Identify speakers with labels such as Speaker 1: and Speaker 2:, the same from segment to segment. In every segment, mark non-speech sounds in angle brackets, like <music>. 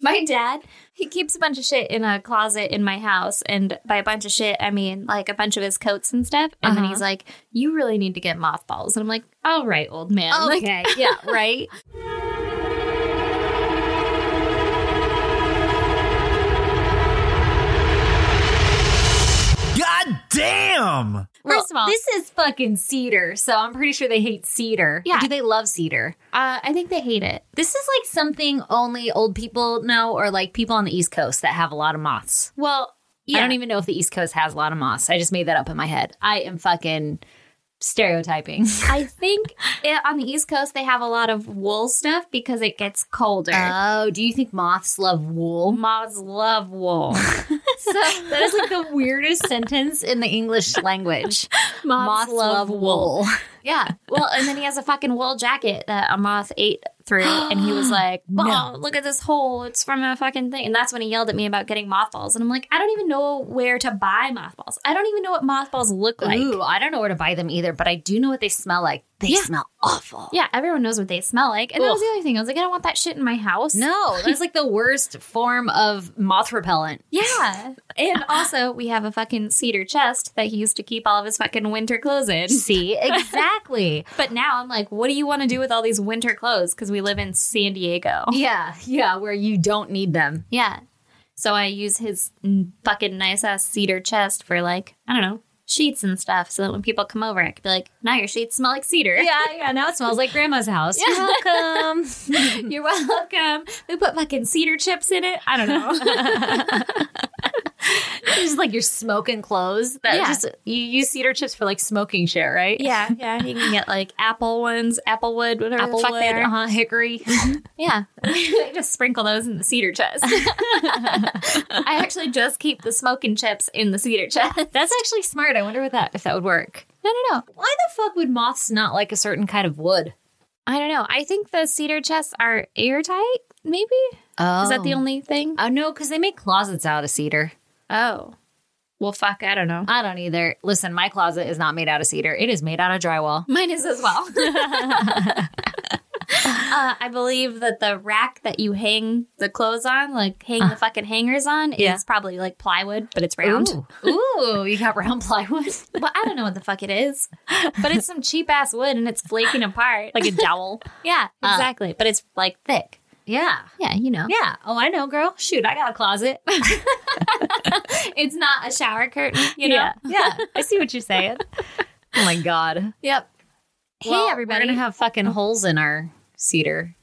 Speaker 1: My dad, he keeps a bunch of shit in a closet in my house. And by a bunch of shit, I mean like a bunch of his coats and stuff. And then
Speaker 2: Uh-huh.
Speaker 1: he's like, You really need to get mothballs. And I'm like, All right, old man. Like,
Speaker 2: <laughs> Okay, yeah,
Speaker 1: <laughs> right?
Speaker 3: God damn!
Speaker 1: First of all-
Speaker 2: this is fucking cedar, so I'm pretty sure they hate cedar.
Speaker 1: Yeah.
Speaker 2: Do they love cedar?
Speaker 1: Uh, I think they hate it.
Speaker 2: This is like something only old people know, or like people on the East Coast that have a lot of moths.
Speaker 1: Well, yeah.
Speaker 2: I don't even know if the East Coast has a lot of moths. I just made that up in my head. I am fucking stereotyping. <laughs>
Speaker 1: I think <laughs> it, on the East Coast, they have a lot of wool stuff because it gets colder.
Speaker 2: Oh, do you think moths love wool?
Speaker 1: Moths love
Speaker 2: <laughs>
Speaker 1: wool.
Speaker 2: So <laughs> that is like the weirdest sentence in the English <laughs> language.
Speaker 1: Moths,
Speaker 2: Yeah.
Speaker 1: Well, and then he has a fucking wool jacket that a moth ate through, and he
Speaker 2: <gasps>
Speaker 1: was like,
Speaker 2: No.
Speaker 1: "Wow, look at this hole! It's from a fucking thing." And that's when he yelled at me about getting mothballs, and I'm like, "I don't even know where to buy mothballs. I don't even know what mothballs look like."
Speaker 2: Ooh, I don't know where to buy them either, but I do know what they smell like. They
Speaker 1: Yeah.
Speaker 2: smell awful.
Speaker 1: Yeah, everyone knows what they smell like, and that was the other thing. I was like, "I don't want that shit in my house."
Speaker 2: No, that's like the worst form of moth repellent.
Speaker 1: Yeah, and also we have a fucking cedar chest that he used to keep all of his fucking winter clothes in.
Speaker 2: See, exactly.
Speaker 1: But now I'm like, what do you want to do with all these winter clothes? Because we live in San Diego.
Speaker 2: <laughs> yeah, yeah, where you don't need them.
Speaker 1: Yeah. So I use his n- fucking nice ass cedar chest for like, I don't know, sheets and stuff. So that when people come over, I could be like, now your sheets smell like cedar.
Speaker 2: yeah, now it smells like grandma's house.
Speaker 1: Yeah.
Speaker 2: <laughs> welcome.
Speaker 1: <laughs> You're welcome. We put fucking cedar chips in it. I don't know.
Speaker 2: <laughs> It's just like you're smoking clothes. That
Speaker 1: Yeah.
Speaker 2: just you use cedar chips for like smoking shit,
Speaker 1: <laughs>
Speaker 2: right?
Speaker 1: yeah, yeah. You can get like apple ones, applewood, whatever the fuck
Speaker 2: Applewood,
Speaker 1: they are.
Speaker 2: uh-huh, <laughs> hickory.
Speaker 1: <laughs> Yeah. just sprinkle those in the cedar <laughs> chest. I actually just keep the smoking chips in the cedar chest. <laughs> I
Speaker 2: That's actually smart. I wonder what that if that would work.
Speaker 1: don't know.
Speaker 2: Why the fuck would moths not like a certain kind of wood?
Speaker 1: I don't know. I think the cedar chests are airtight, maybe?
Speaker 2: Oh,
Speaker 1: Is that the only thing?
Speaker 2: Oh no, because they make closets out of cedar.
Speaker 1: Oh. Well, fuck, I don't know.
Speaker 2: I don't either. Listen, my closet is not made out of cedar. It is made out of drywall.
Speaker 1: Mine is as <laughs> well. uh, I believe that the rack that you hang the clothes on, like hang the fucking hangers on,
Speaker 2: Yeah.
Speaker 1: is probably like plywood, but it's round.
Speaker 2: Round. <laughs> Ooh, you got round plywood. <laughs>
Speaker 1: Well, I don't know what the fuck it is, but it's some cheap ass wood and it's flaking apart. Like a dowel. yeah,
Speaker 2: Uh.
Speaker 1: <laughs> exactly. but it's like thick.
Speaker 2: Yeah.
Speaker 1: Yeah, you know.
Speaker 2: Yeah. Oh, I know, girl. Shoot, I got a closet. <laughs>
Speaker 1: It's not a shower curtain, you know?
Speaker 2: Yeah. Yeah. I see what you're saying. oh my god.
Speaker 1: Yep.
Speaker 2: Well,
Speaker 1: hey, everybody.
Speaker 2: We're gonna have fucking holes in our cedar.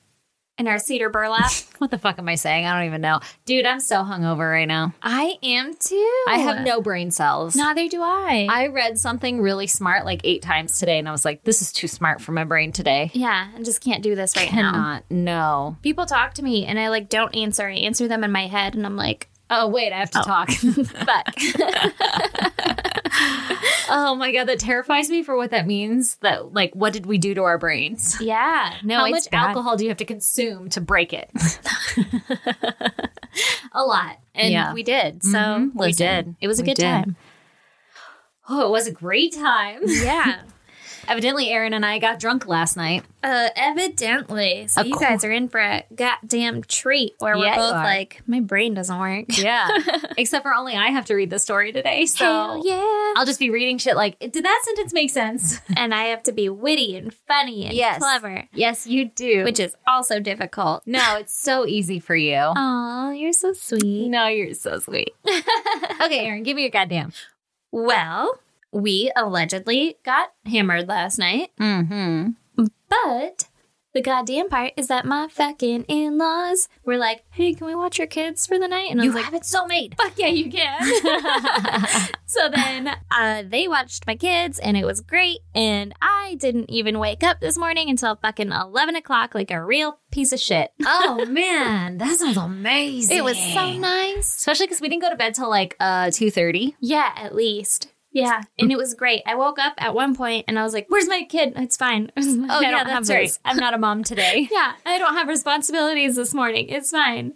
Speaker 1: in our cedar burlap.
Speaker 2: What the fuck am I saying? I don't even know. Dude, I'm so hungover right now.
Speaker 1: I am too.
Speaker 2: I have no brain cells.
Speaker 1: Neither do I.
Speaker 2: I read something really smart like eight times today, and I was like, this is too smart for my brain today.
Speaker 1: yeah, I just can't do this right now.
Speaker 2: Cannot. No.
Speaker 1: People talk to me and I like don't answer. I answer them in my head and I'm like,
Speaker 2: Oh, wait, I have to talk. <laughs>
Speaker 1: fuck. <laughs>
Speaker 2: oh my God, that terrifies me for what that means. That, like, what did we do to our <laughs> brains?
Speaker 1: yeah. No,
Speaker 2: How
Speaker 1: it's
Speaker 2: much
Speaker 1: bad.
Speaker 2: alcohol do you have to consume to break <laughs> it?
Speaker 1: A lot. And
Speaker 2: Yeah.
Speaker 1: we did. So
Speaker 2: Mhm, we
Speaker 1: listen,
Speaker 2: did.
Speaker 1: It was a
Speaker 2: We
Speaker 1: good
Speaker 2: did. <laughs>
Speaker 1: time.
Speaker 2: Oh, it was a great time.
Speaker 1: Yeah.
Speaker 2: <laughs> Evidently, Aaron and I got drunk last night.
Speaker 1: Uh, evidently. So
Speaker 2: Of
Speaker 1: you
Speaker 2: course.
Speaker 1: guys are in for a goddamn treat where
Speaker 2: Yeah,
Speaker 1: we're
Speaker 2: you
Speaker 1: both
Speaker 2: are.
Speaker 1: like, my brain doesn't work.
Speaker 2: Yeah. <laughs> Except for only I have to read the story today.
Speaker 1: <laughs>
Speaker 2: So
Speaker 1: Hell yeah.
Speaker 2: I'll just be reading shit like, did that sentence make sense?
Speaker 1: and I have to be witty and funny and
Speaker 2: <laughs> Yes.
Speaker 1: clever,
Speaker 2: Yes, you do.
Speaker 1: which is also difficult.
Speaker 2: no, it's so easy for you.
Speaker 1: Aw, you're so sweet.
Speaker 2: No, you're so <laughs> sweet. okay, Aaron, give me your goddamn.
Speaker 1: Well, we allegedly got hammered last night,
Speaker 2: Mm-hmm.
Speaker 1: but the goddamn part is that my fucking in laws were like, hey, can we watch your kids for the night? And I
Speaker 2: You
Speaker 1: was like,
Speaker 2: have it so made.
Speaker 1: fuck yeah, you can. <laughs> so then uh, they watched my kids and it was great. And I didn't even wake up this morning until fucking 11 o'clock, like a real piece of shit.
Speaker 2: oh man, that sounds amazing.
Speaker 1: It was so nice.
Speaker 2: especially because we didn't go to bed till like uh two thirty.
Speaker 1: Yeah, at least. Yeah, and it was great. I woke up at one point and I was like, "Where's my kid? It's fine. <laughs> I don't
Speaker 2: Oh,
Speaker 1: have this.
Speaker 2: I'm not a mom <laughs> today.
Speaker 1: Yeah, I don't have responsibilities this morning. It's fine."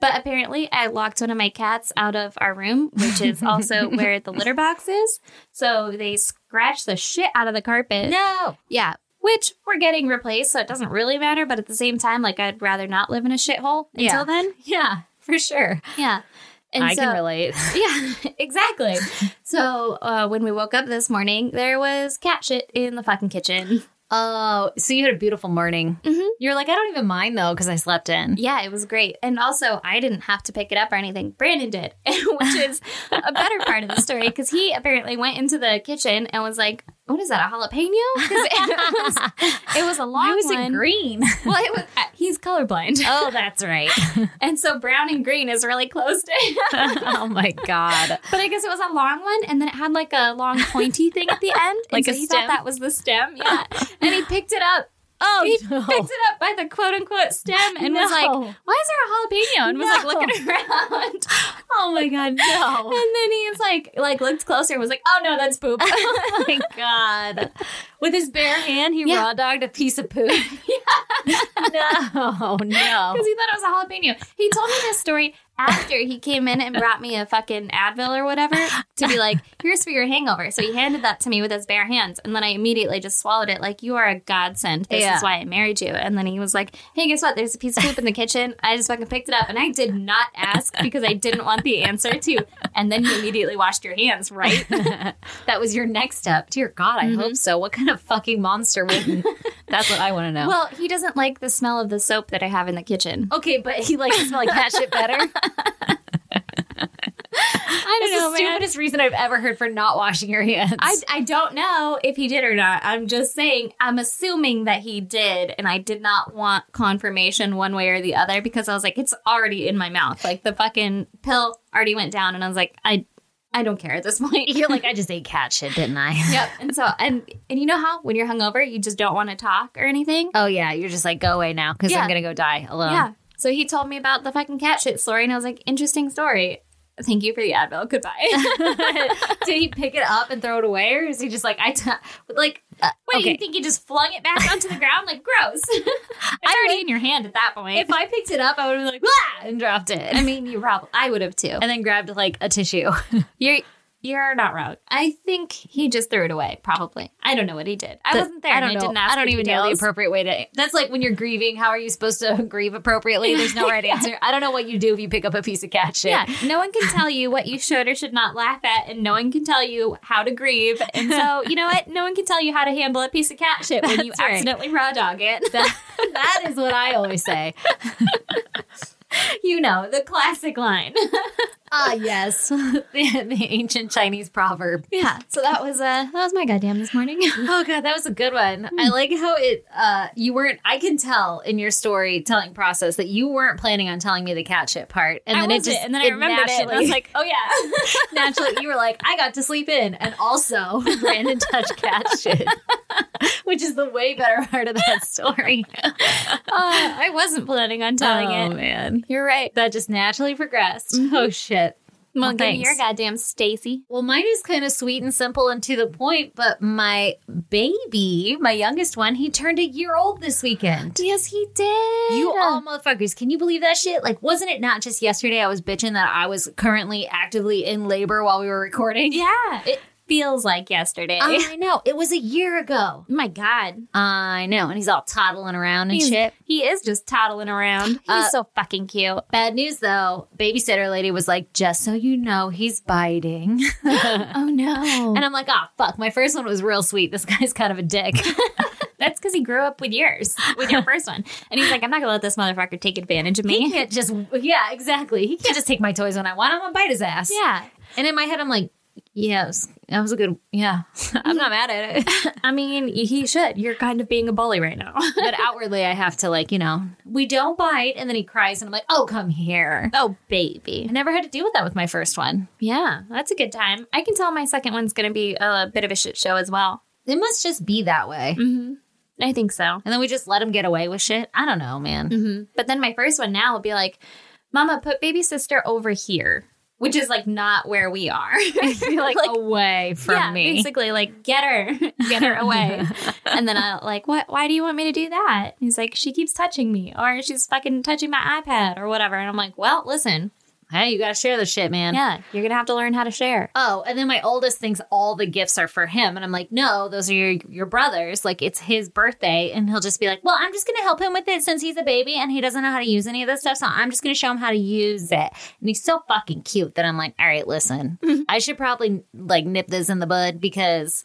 Speaker 1: But apparently, I locked one of my cats out of our room, which is
Speaker 2: <laughs>
Speaker 1: also where the litter box is. So they scratched the shit out of the carpet.
Speaker 2: No.
Speaker 1: Yeah. which we're getting replaced, so it doesn't really matter. But at the same time, like I'd rather not live in a shithole
Speaker 2: Yeah.
Speaker 1: until then.
Speaker 2: Yeah, for sure.
Speaker 1: Yeah. And
Speaker 2: I
Speaker 1: so,
Speaker 2: can relate.
Speaker 1: <laughs> yeah, <laughs> exactly. So uh, when we woke up this morning, there was cat shit in the fucking kitchen.
Speaker 2: <laughs> Oh, so you had a beautiful morning.
Speaker 1: Mhm.
Speaker 2: You're like, I don't even mind though because I slept in.
Speaker 1: Yeah, it was great. And also, I didn't have to pick it up or anything. Brandon did, <laughs> which is a better part of the story because he apparently went into the kitchen and was like, "What is that? A jalapeno?" 'Cause it
Speaker 2: <laughs>
Speaker 1: was, it was a long
Speaker 2: I was
Speaker 1: one.
Speaker 2: in <laughs> green.
Speaker 1: Well, it was, uh, he's colorblind,
Speaker 2: oh, that's <laughs> right.
Speaker 1: <laughs> and so brown and green is really close to him.
Speaker 2: <laughs> oh my god.
Speaker 1: But I guess it was a long one, and then it had like a long pointy thing at the end. And
Speaker 2: Like
Speaker 1: so
Speaker 2: a
Speaker 1: he
Speaker 2: stem?
Speaker 1: thought that was the stem,
Speaker 2: <laughs>
Speaker 1: yeah. and he picked it up.
Speaker 2: Oh,
Speaker 1: He
Speaker 2: no.
Speaker 1: picked it up by the quote unquote stem and was
Speaker 2: No.
Speaker 1: like, "Why is there a jalapeno?" And was like
Speaker 2: No.
Speaker 1: looking <laughs> around.
Speaker 2: oh my god, no.
Speaker 1: <laughs> And then he was like, like looked closer and was like, "Oh no, that's poop." <laughs>
Speaker 2: <laughs> Oh my god. With his bare hand, he
Speaker 1: Yeah.
Speaker 2: raw dogged a piece of <laughs> poop. <laughs> No, no.
Speaker 1: because he thought it was a jalapeno. He told me this story after he came in and brought me a fucking Advil or whatever to be like, here's for your hangover. So he handed that to me with his bare hands. And then I immediately just swallowed it, like, you are a godsend. This
Speaker 2: Yeah.
Speaker 1: is why I married you. And then he was like, hey, guess what? There's a piece of poop in the kitchen. I just fucking picked it up. And I did not ask because I didn't want the answer to. And then you immediately washed your hands, right?
Speaker 2: That was your next step. Dear God, I hope so. What kind of fucking monster <laughs> wouldn't? That's what I want to know.
Speaker 1: well, he doesn't like the smell of the soap that I have in the kitchen.
Speaker 2: okay, but he likes to smell like cat shit <laughs> better.
Speaker 1: I
Speaker 2: That's the stupidest reason I've ever heard for not washing your hands.
Speaker 1: I, I don't know if he did or not. I'm just saying, I'm assuming that he did, and I did not want confirmation one way or the other because I was like, it's already in my mouth. Like the fucking pill already went down, and I was like, I, I don't care at this <laughs> point.
Speaker 2: <laughs> You're like, I just ate cat shit, didn't I?
Speaker 1: yep. And so, and and you know how when you're hungover, you just don't want to talk or anything.
Speaker 2: <laughs> Oh yeah, you're just like, go away now because
Speaker 1: Yeah.
Speaker 2: I'm gonna go die alone.
Speaker 1: yeah. So he told me about the fucking cat shit story, and I was like, interesting story. Thank you for the Advil. Goodbye.
Speaker 2: <laughs> Did he pick it up and throw it away, or is he just like, I t- like? Uh,
Speaker 1: Wait,
Speaker 2: okay.
Speaker 1: you think you just flung it back onto the ground? Like, gross. <laughs> it's already in your hand at that point.
Speaker 2: if I picked it up, I would have been like, Wah! and dropped it,
Speaker 1: I mean, you probably. I would have too.
Speaker 2: and then grabbed like a tissue. <laughs>
Speaker 1: You're you're not wrong. I think he just threw it away. Probably. I don't know what he did. I wasn't there.
Speaker 2: I don't
Speaker 1: and
Speaker 2: know.
Speaker 1: I didn't ask.
Speaker 2: I don't
Speaker 1: for
Speaker 2: even know the
Speaker 1: details.
Speaker 2: appropriate way to. That's like when you're grieving. How are you supposed to <laughs> grieve appropriately? There's no <laughs> right answer. I don't know what you do if you pick up a piece of cat shit.
Speaker 1: Yeah, no one can tell you what you should or should not laugh at, and no one can tell you how to grieve. And so, you know what? No one can tell you how to handle a piece of cat shit when you
Speaker 2: That's right.
Speaker 1: accidentally raw dog it. <laughs>
Speaker 2: That, that is what I always <laughs> say.
Speaker 1: you know, the classic line.
Speaker 2: Ah, yes, <laughs> the, the ancient Chinese proverb.
Speaker 1: yeah. <laughs> So that was uh that was my goddamn this
Speaker 2: <laughs>
Speaker 1: morning.
Speaker 2: Oh god, that was a good one. I like how it uh you weren't I can tell in your storytelling process that you weren't planning on telling me the cat shit part. And
Speaker 1: I
Speaker 2: then it
Speaker 1: wasn't,
Speaker 2: just
Speaker 1: and then I remembered it, and I was like,
Speaker 2: <laughs>
Speaker 1: oh yeah.
Speaker 2: like naturally you were like, I got to sleep in and <laughs> also Brandon touched cat <laughs> shit. Which is the way better part of that story.
Speaker 1: Uh, I wasn't planning on telling
Speaker 2: oh
Speaker 1: it.
Speaker 2: man.
Speaker 1: You're right.
Speaker 2: That just naturally progressed. Oh shit.
Speaker 1: Well, give me
Speaker 2: thanks.
Speaker 1: your goddamn Stacy.
Speaker 2: Well, mine is kind of sweet and simple and to the point, but my baby, my youngest one, he turned a year old this weekend.
Speaker 1: Yes, he did.
Speaker 2: You all motherfuckers, can you believe that shit? Like, wasn't it not just yesterday I was bitching that I was currently actively in labor while we were recording? <laughs>
Speaker 1: Yeah. It feels like yesterday.
Speaker 2: I know. It was a year ago.
Speaker 1: <laughs> my God.
Speaker 2: I know. And he's all toddling around and
Speaker 1: He's-
Speaker 2: shit.
Speaker 1: He is just toddling around. He's
Speaker 2: Uh,
Speaker 1: so fucking cute. <laughs>
Speaker 2: Bad news though, babysitter lady was like, just so you know, he's
Speaker 1: <laughs>
Speaker 2: biting. and
Speaker 1: Oh, no.
Speaker 2: I'm like, oh, fuck. My first one was real sweet. This guy's kind of a dick.
Speaker 1: <laughs> That's because he grew up with yours, with <laughs> your first one. And he's like, I'm not going to let this motherfucker take advantage of
Speaker 2: he
Speaker 1: me.
Speaker 2: can't just, yeah, exactly. He can't just take my toys when I want. I'm going to bite his ass.
Speaker 1: <laughs> Yeah.
Speaker 2: And in my head, I'm like, yeah, it was- that was a good, yeah. I'm not mad at it.
Speaker 1: <laughs> I mean, he should. You're kind of being a bully right now. <laughs>
Speaker 2: but outwardly I have to like, you know, we don't bite and then he cries and I'm like, "Oh, come here."
Speaker 1: oh,
Speaker 2: I
Speaker 1: baby.
Speaker 2: never had to deal with that with my first one.
Speaker 1: Yeah, that's a good time. I can tell my second one's going to be a bit of a shit show as well.
Speaker 2: It must just be that way.
Speaker 1: Mm-hmm. I think so.
Speaker 2: And then we just let him get away with shit. I don't know, man.
Speaker 1: hmm But then my first one now will be like, Mama, put baby sister over here, which is like not where we are. <laughs>
Speaker 2: You're like, away from
Speaker 1: yeah,
Speaker 2: me.
Speaker 1: basically, like get her, <laughs> get her away. and then I like, what? Why do you want me to do that? And he's like, she keeps touching me, or she's fucking touching my iPad, or whatever. And I'm like, well, listen,
Speaker 2: Hey, you got to share the shit, man.
Speaker 1: Yeah, you're gonna have to learn how to share.
Speaker 2: Oh, and then my oldest thinks all the gifts are for him, and I'm like, no, those are your your brothers. Like it's his birthday, and he'll just be like, well, I'm just gonna help him with it since he's a baby and he doesn't know how to use any of this stuff, so I'm just gonna show him how to use it. And he's so fucking cute that I'm like, all right, <laughs> listen, I should probably like nip this in the bud because,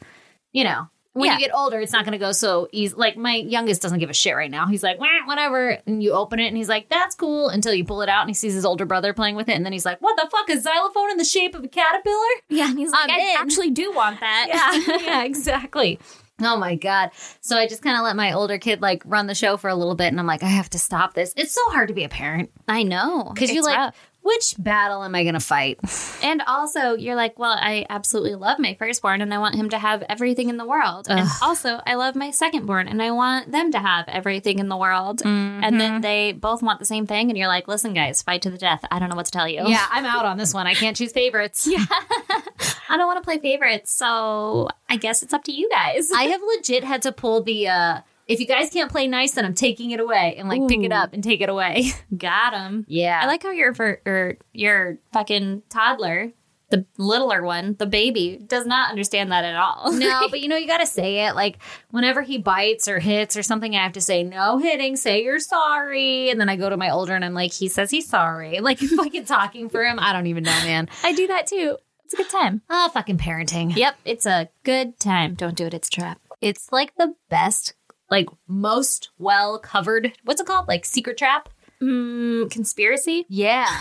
Speaker 2: you know. When
Speaker 1: Yeah.
Speaker 2: you get older, it's not going to go so easy. Like my youngest doesn't give a shit right now. He's like, "Wah, whatever, and you open it, and he's like, "That's cool." Until you pull it out, and he sees his older brother playing with it, and then he's like, "What the fuck? A xylophone in the shape of a caterpillar?" <laughs>
Speaker 1: Yeah, Um, and he's like,
Speaker 2: I'm
Speaker 1: I
Speaker 2: in.
Speaker 1: actually do want that.
Speaker 2: yeah, yeah, exactly. Oh my god. So I just kind of let my older kid like run the show for a little bit and I'm like I have to stop this. It's so hard to be a parent
Speaker 1: <laughs> I know.
Speaker 2: cuz you're
Speaker 1: It's
Speaker 2: like
Speaker 1: rough.
Speaker 2: which battle am I going
Speaker 1: <laughs>
Speaker 2: to fight?
Speaker 1: and also you're like, well, I absolutely love my firstborn and I want him to have everything in the world. And
Speaker 2: Ugh.
Speaker 1: also, I love my secondborn and I want them to have everything in the world. And
Speaker 2: Mm-hmm.
Speaker 1: then they both want the same thing, and you're like, listen, guys, fight to the death. I don't know what to tell you.
Speaker 2: yeah, I'm out on this one. I can't choose favorites. Yeah.
Speaker 1: I don't want to play favorites, so I guess it's up to you guys. <laughs>
Speaker 2: I have legit had to pull the uh if you guys can't play nice then I'm taking it away and like pick it
Speaker 1: Ooh.
Speaker 2: up and take
Speaker 1: <laughs>
Speaker 2: it away.
Speaker 1: Got him.
Speaker 2: Yeah.
Speaker 1: I like how your ver- or your fucking toddler, the littler one, the baby, does not understand that at all.
Speaker 2: No, but you know, you got to say it. Like, whenever he bites or hits or something, I have to say, no hitting, say you're sorry. And then I go to my older and I'm like, he says he's sorry. <laughs> Like, fucking talking for him. I don't even know, man.
Speaker 1: <laughs> I do that too. It's a good time.
Speaker 2: Oh, fucking parenting.
Speaker 1: Yep, it's a good time. Don't do it. It's a trap.
Speaker 2: It's like the best, like, most well covered, what's it called? Like, secret trap?
Speaker 1: Mm, conspiracy.
Speaker 2: Yeah. <laughs>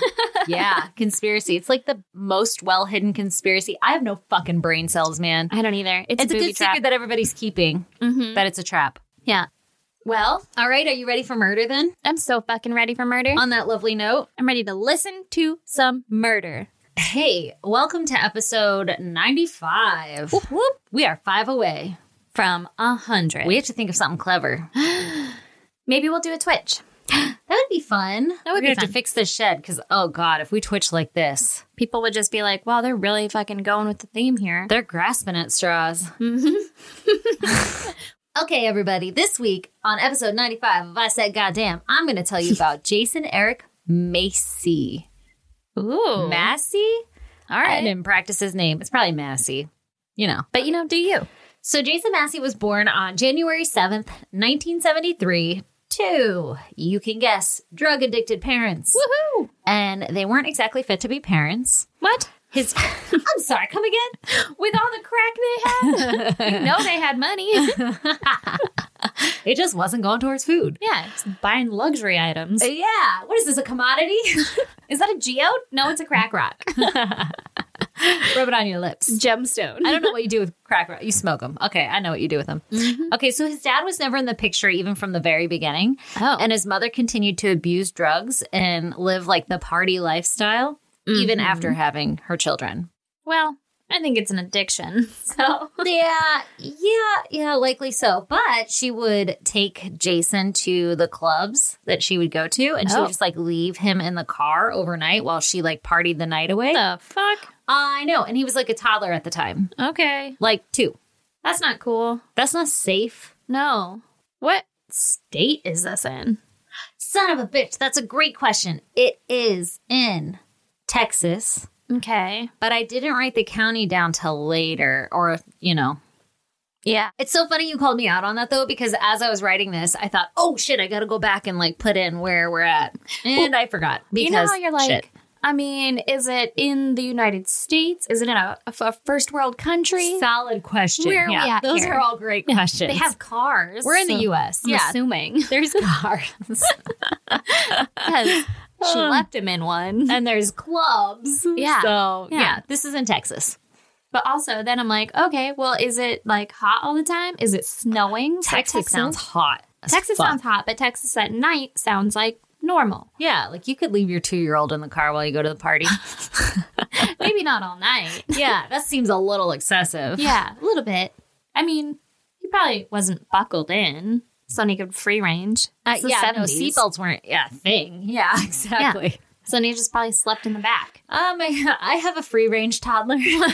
Speaker 2: Yeah. conspiracy. It's like the most well hidden conspiracy. I have no fucking brain cells, man.
Speaker 1: I don't either. It's,
Speaker 2: It's a
Speaker 1: booby
Speaker 2: good
Speaker 1: trap.
Speaker 2: secret that everybody's keeping
Speaker 1: Mhm.
Speaker 2: that it's a trap.
Speaker 1: Yeah,
Speaker 2: Well, all right. Are you ready for murder then?
Speaker 1: I'm so fucking ready for murder.
Speaker 2: On that lovely note,
Speaker 1: I'm ready to listen to some murder.
Speaker 2: Hey, welcome to episode 95.
Speaker 1: Whoop whoop
Speaker 2: We are five away.
Speaker 1: from a hundred.
Speaker 2: We have to think of something clever. That
Speaker 1: Maybe we'll do a Twitch.
Speaker 2: would be fun. That
Speaker 1: would
Speaker 2: would
Speaker 1: be
Speaker 2: be have
Speaker 1: fun.
Speaker 2: to fix this shed because, oh God, if we twitch like this,
Speaker 1: People would just be like, "Wow, they're really fucking going with the theme here."
Speaker 2: they're grasping at straws. <laughs> okay, everybody, this week on episode 95 of I Said Goddamn, I'm going to tell you about Jason Eric Macy.
Speaker 1: Ooh,
Speaker 2: Massey?
Speaker 1: all
Speaker 2: I
Speaker 1: right.
Speaker 2: didn't practice his name. It's probably Massey. You know.
Speaker 1: But you know, do you?
Speaker 2: So Jason Massey was born on January 7th, 1973 to, you can guess, drug addicted parents.
Speaker 1: Woohoo!
Speaker 2: And they weren't exactly fit to be parents.
Speaker 1: What?
Speaker 2: His <laughs> I'm sorry, come again? With all the crack they had? <laughs>
Speaker 1: No, they had money.
Speaker 2: It just wasn't going towards food. Uh,
Speaker 1: yeah, just buying luxury items.
Speaker 2: Yeah. What is this? A commodity? <laughs>
Speaker 1: Is that a geode? No, it's a crack rock.
Speaker 2: Rub it on your lips.
Speaker 1: <laughs> Gemstone.
Speaker 2: I don't know what you do with crack rock. You smoke them. Okay, I know what you do with them. Okay, so his dad was never in the picture even from the very beginning.
Speaker 1: Oh.
Speaker 2: And his mother continued to abuse drugs and live like the party lifestyle even after having her children.
Speaker 1: well, I think it's an addiction. <laughs> So
Speaker 2: yeah, yeah, yeah, likely so. But she would take Jason to the clubs that she would go to and she
Speaker 1: Oh.
Speaker 2: would just like leave him in the car overnight while she like partied the night away.
Speaker 1: the fuck.
Speaker 2: I know. And he was like a toddler at the time,
Speaker 1: Okay,
Speaker 2: like two.
Speaker 1: that's not cool.
Speaker 2: That's not safe.
Speaker 1: No. What state is this in?
Speaker 2: Son of a bitch, that's a great question. It is in Texas,
Speaker 1: Okay.
Speaker 2: but I didn't write the county down till later, or, you know.
Speaker 1: Yeah.
Speaker 2: It's so funny you called me out on that though, because as I was writing this, I thought, oh shit, I gotta go back and like put in where we're at. And I forgot. Because
Speaker 1: you know how you're like.
Speaker 2: shit.
Speaker 1: I mean, is it in the United States? Is it in a, a f- first world country?
Speaker 2: solid question.
Speaker 1: Where are we at
Speaker 2: Those
Speaker 1: here?
Speaker 2: are all great questions.
Speaker 1: They have cars.
Speaker 2: we're in the US.
Speaker 1: I'm assuming.
Speaker 2: <laughs>
Speaker 1: <laughs>
Speaker 2: There's cars.
Speaker 1: Because she left him in one.
Speaker 2: Um, and there's
Speaker 1: <laughs>
Speaker 2: clubs.
Speaker 1: Yeah.
Speaker 2: So
Speaker 1: Yeah.
Speaker 2: yeah, this is in Texas.
Speaker 1: But also, then I'm like, okay, well, is it like hot all the time? Is it snowing?
Speaker 2: Texas sounds hot. as
Speaker 1: Texas
Speaker 2: fuck.
Speaker 1: sounds hot, but Texas at night sounds like normal.
Speaker 2: Yeah, like you could leave your two year old in the car while you go to the <laughs> party.
Speaker 1: Maybe not all night.
Speaker 2: yeah, that seems a little excessive.
Speaker 1: Yeah, a little bit. I mean, he probably wasn't buckled in, so he could free range.
Speaker 2: Uh,
Speaker 1: It's the
Speaker 2: yeah, no,
Speaker 1: 70s.
Speaker 2: seatbelts weren't yeah a thing. Yeah, <laughs> exactly.
Speaker 1: So he just probably slept in the back.
Speaker 2: Um, I, I have a free range toddler. <laughs>
Speaker 1: Did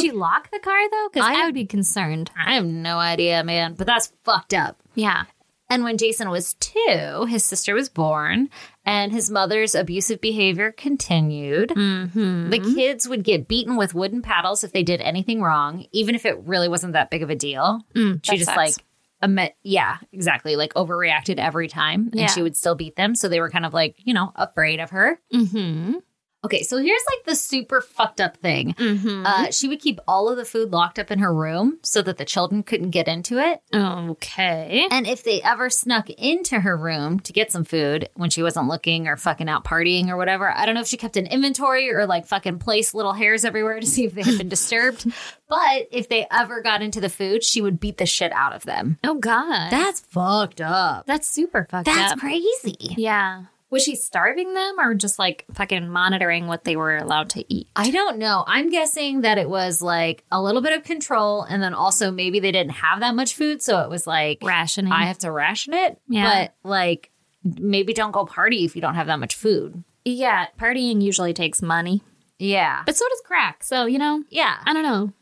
Speaker 1: she lock the car though? Because
Speaker 2: I-
Speaker 1: Oh. I, would be concerned.
Speaker 2: I have no idea, man, but that's fucked up.
Speaker 1: Yeah.
Speaker 2: And when Jason was two, his sister was born, and his mother's abusive behavior continued.
Speaker 1: Mm-hmm.
Speaker 2: The kids would get beaten with wooden paddles if they did anything wrong, even if it really wasn't that big of a deal.
Speaker 1: Mm,
Speaker 2: She
Speaker 1: that
Speaker 2: just
Speaker 1: sucks.
Speaker 2: like, ame- yeah, exactly, like overreacted every time, and
Speaker 1: Yeah.
Speaker 2: she would still beat them. So they were kind of like, you know, afraid of her.
Speaker 1: Mhm.
Speaker 2: Okay, so here's like the super fucked up thing.
Speaker 1: Mhm.
Speaker 2: Uh, she would keep all of the food locked up in her room so that the children couldn't get into it.
Speaker 1: okay.
Speaker 2: And if they ever snuck into her room to get some food when she wasn't looking or fucking out partying or whatever, I don't know if she kept an inventory or like fucking placed little hairs everywhere to see if they had been disturbed. But if they ever got into the food, she would beat the shit out of them.
Speaker 1: Oh God,
Speaker 2: That's fucked up.
Speaker 1: that's super fucked
Speaker 2: That's
Speaker 1: up.
Speaker 2: crazy.
Speaker 1: yeah. Was she starving them or just like fucking monitoring what they were allowed to eat?
Speaker 2: I don't know. I'm guessing that it was like a little bit of control, and then also maybe they didn't have that much food, so it was like
Speaker 1: Rationing.
Speaker 2: I have to ration it.
Speaker 1: Yeah.
Speaker 2: But like maybe don't go party if you don't have that much food.
Speaker 1: yeah, partying usually takes money,
Speaker 2: Yeah.
Speaker 1: but so does crack. So you know,
Speaker 2: yeah.
Speaker 1: I don't know.